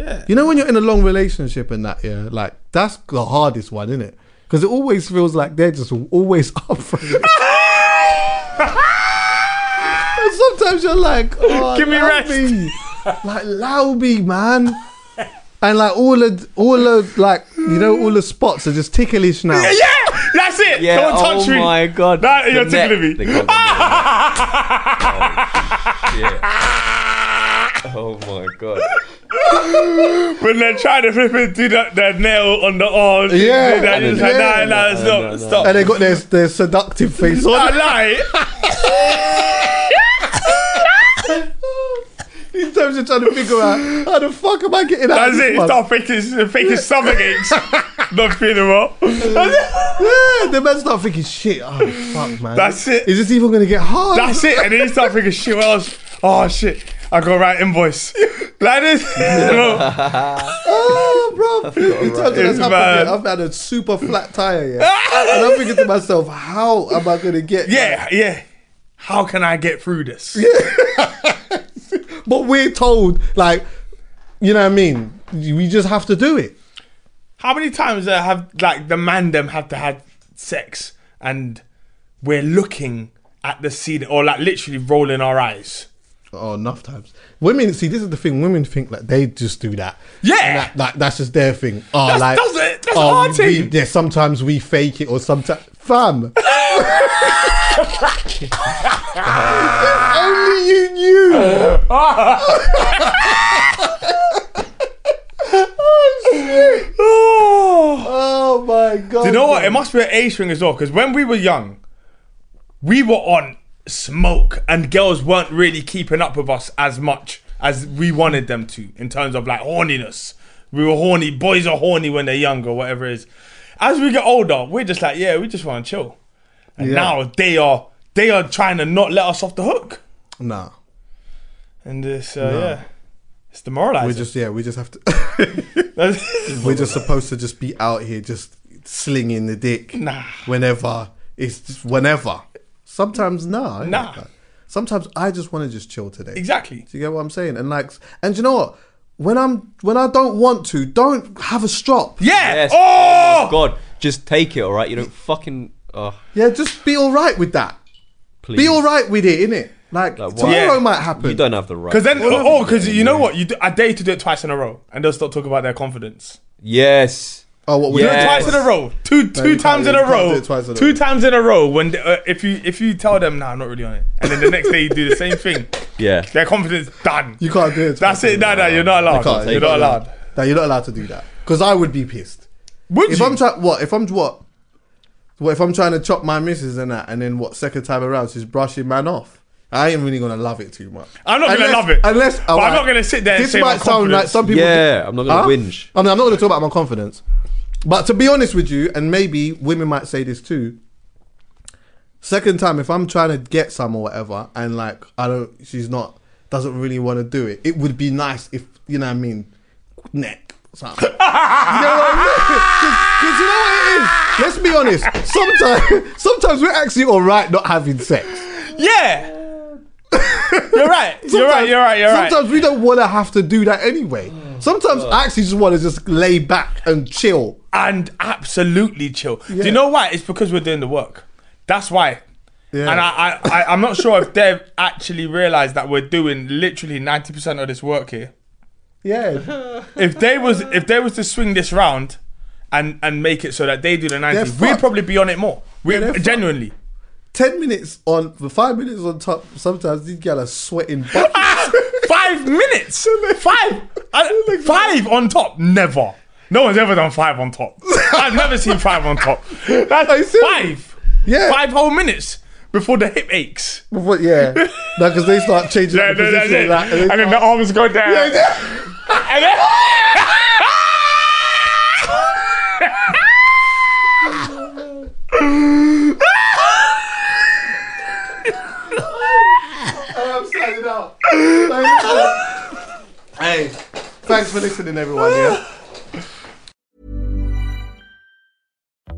S4: Yeah.
S2: you know when you're in a long relationship and that, yeah, like that's the hardest one, isn't it? Because it always feels like they're just always up for it. and sometimes you're like, oh,
S4: Give me
S2: allow
S4: rest."
S2: me. like allow me, man. And like all the all the like you know all the spots are just ticklish now.
S4: Yeah, that's it.
S3: Yeah,
S4: Don't touch
S3: oh
S4: me.
S3: my god.
S4: Nah,
S3: The
S4: you're
S3: neck
S4: tickling
S3: that goes
S4: me.
S3: in there. oh, shit. Oh my god.
S4: When they're trying to flip it, do that, that nail on the arm.
S2: Yeah,
S4: That,
S2: yeah.
S4: it's like, nah, nah,
S3: No,
S4: stop,
S3: no, no.
S4: stop.
S2: And they got their their seductive face on.
S4: I
S2: In terms of trying to figure out how the fuck am I getting out
S4: lie.
S2: of
S4: That's
S2: this
S4: it.
S2: one?
S4: Stop faking, faking stomach aches. Not feeling well. That's
S2: Yeah, the man start thinking, shit, oh fuck, man.
S4: That's it.
S2: Is this even gonna get hard?
S4: it. And then you start thinking, shit, what else? Oh, shit. I got to write invoice. Like this. No.
S2: Oh, bro. In terms of that's
S4: It's
S2: happened,
S4: bad.
S2: yeah, I've had a super flat tire, yeah. and I'm thinking to myself, how am I gonna get?
S4: Yeah, yeah. How can I get through this?
S2: But we're told, like, you know what I mean. We just have to do it.
S4: How many times uh, have like the man them have to have sex and we're looking at the scene or like literally rolling our eyes?
S2: Oh, enough times. Women, see, this is the thing. Women think like they just do that.
S4: Yeah.
S2: And that, that- that's just their thing. Oh,
S4: That's-
S2: like
S4: that's it. That's
S2: oh,
S4: our
S2: we-
S4: team.
S2: Yeah, sometimes we fake it, or sometimes, fam. if only you knew.
S4: Oh.
S2: Oh my god.
S4: Do you know what? It must be an age thing as well because when we were young, we were on smoke and girls weren't really keeping up with us as much as we wanted them to in terms of like horniness. We were horny. Boys are horny when they're young or whatever it is. As we get older, we're just like, yeah, we just want to chill. And
S2: Yeah.
S4: now they are they are trying to not let us off the hook.
S2: Nah.
S4: And this, uh, yeah, it's demoralizing.
S2: We just yeah, we just have to. we're just supposed to just be out here just slinging the dick.
S4: Nah.
S2: Whenever it's just whenever. Sometimes nah. I ain't
S4: Nah.
S2: like that. Sometimes I just want to just chill today.
S4: exactly.
S2: Do you get what I'm saying? And like, and you know what? When I'm when I don't want to, don't have a strop.
S4: Yeah.
S3: Yes.
S4: Oh,
S3: my god. Just take it, alright? You don't fucking. Oh,
S2: Yeah, just be all right with that.
S3: please.
S2: Be all right with it, innit? Like,
S3: Like, why-
S2: tomorrow
S4: Yeah.
S2: might happen.
S3: You don't have the right.
S4: Because then,
S3: Well,
S4: oh, because you know what? You do, I dare you to do it twice in a row, and they'll stop talking about their confidence.
S3: Yes.
S2: Oh, what we
S4: You know,
S3: Yes.
S4: twice in a row, two
S2: you
S4: two
S2: can't-
S4: times in
S2: you
S4: a
S2: can't
S4: row,
S2: do it twice in a
S4: two
S2: row.
S4: times in a row. When the, uh, if you if you tell them, nah, I'm not really on it, and then the next day you do the same thing,
S3: Yeah.
S4: their confidence done.
S2: You can't do it.
S4: That's it. Nah, nah, you're not
S2: You can't.
S4: allowed. You're
S2: You
S4: not
S2: can't.
S4: allowed.
S2: No, you're not allowed to do that. Because I would be pissed.
S4: Would
S2: If
S4: you?
S2: I'm trying, what? If I'm what? What if I'm trying to chop my missus and that, and then what? Second time around, she's brushing man off. I ain't really gonna love it too much.
S4: I'm not gonna
S2: Unless-
S4: love it.
S2: unless
S4: But I'm
S2: alright.
S4: not gonna sit there and
S2: This
S4: say my
S2: might sound like
S4: confidence.
S2: some people.
S3: Yeah, I'm not gonna whinge.
S2: I mean, I'm not gonna talk about my confidence, but to be honest with you, and maybe women might say this too. Second time, if I'm trying to get some or whatever, and like I don't, she's not, doesn't really want to do it. It would be nice if you know what I mean, neck. Something. you know what I mean? Because you know what it is. Let's be honest. Sometimes, sometimes we're actually all right not having sex.
S4: Yeah. you're right. You're right.
S2: Sometimes-
S4: You're right. You're right.
S2: Sometimes we don't want to have to do that anyway. Sometimes I actually just want to just lay back and chill.
S4: and absolutely chill. Do
S2: Yeah.
S4: you know why? It's because we're doing the work. That's why.
S2: Yeah.
S4: And I, I, I, I'm not sure if they've actually realised that we're doing literally 90% of this work here.
S2: Yeah,
S4: If they was if they was to swing this round and and make it so that they do the 90,
S2: They're
S4: we'd
S2: fucked.
S4: probably be on it more. We
S2: they're fucked.
S4: genuinely.
S2: ten minutes on the five minutes on top. Sometimes these girls are sweating. buckets.
S4: Five minutes. Five. I, five on top. Never. No one's ever done five on top. I've never seen five on top.
S2: Are you
S4: That's
S2: serious?
S4: five.
S2: Yeah.
S4: Five whole minutes before the hip aches.
S2: But yeah, no, because they start changing
S4: Yeah,
S2: their
S4: no,
S2: position. like,
S4: that's it.
S2: and
S4: and
S2: they
S4: then the
S2: start-
S4: arms go down.
S2: Yeah, yeah.
S4: And then-
S2: Oh, I'm signing out. hey, thanks for listening, everyone. Yeah.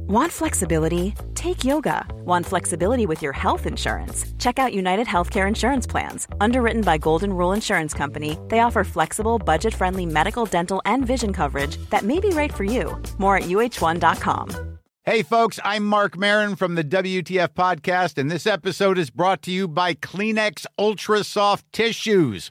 S5: Want flexibility? Take yoga. Want flexibility with your health insurance? Check out United Healthcare Insurance Plans. Underwritten by Golden Rule Insurance Company, they offer flexible, budget friendly medical, dental, and vision coverage that may be right for you. More at uh1.com.
S6: Hey, folks, I'm Mark Marin from the WTF Podcast, and this episode is brought to you by Kleenex Ultra Soft Tissues,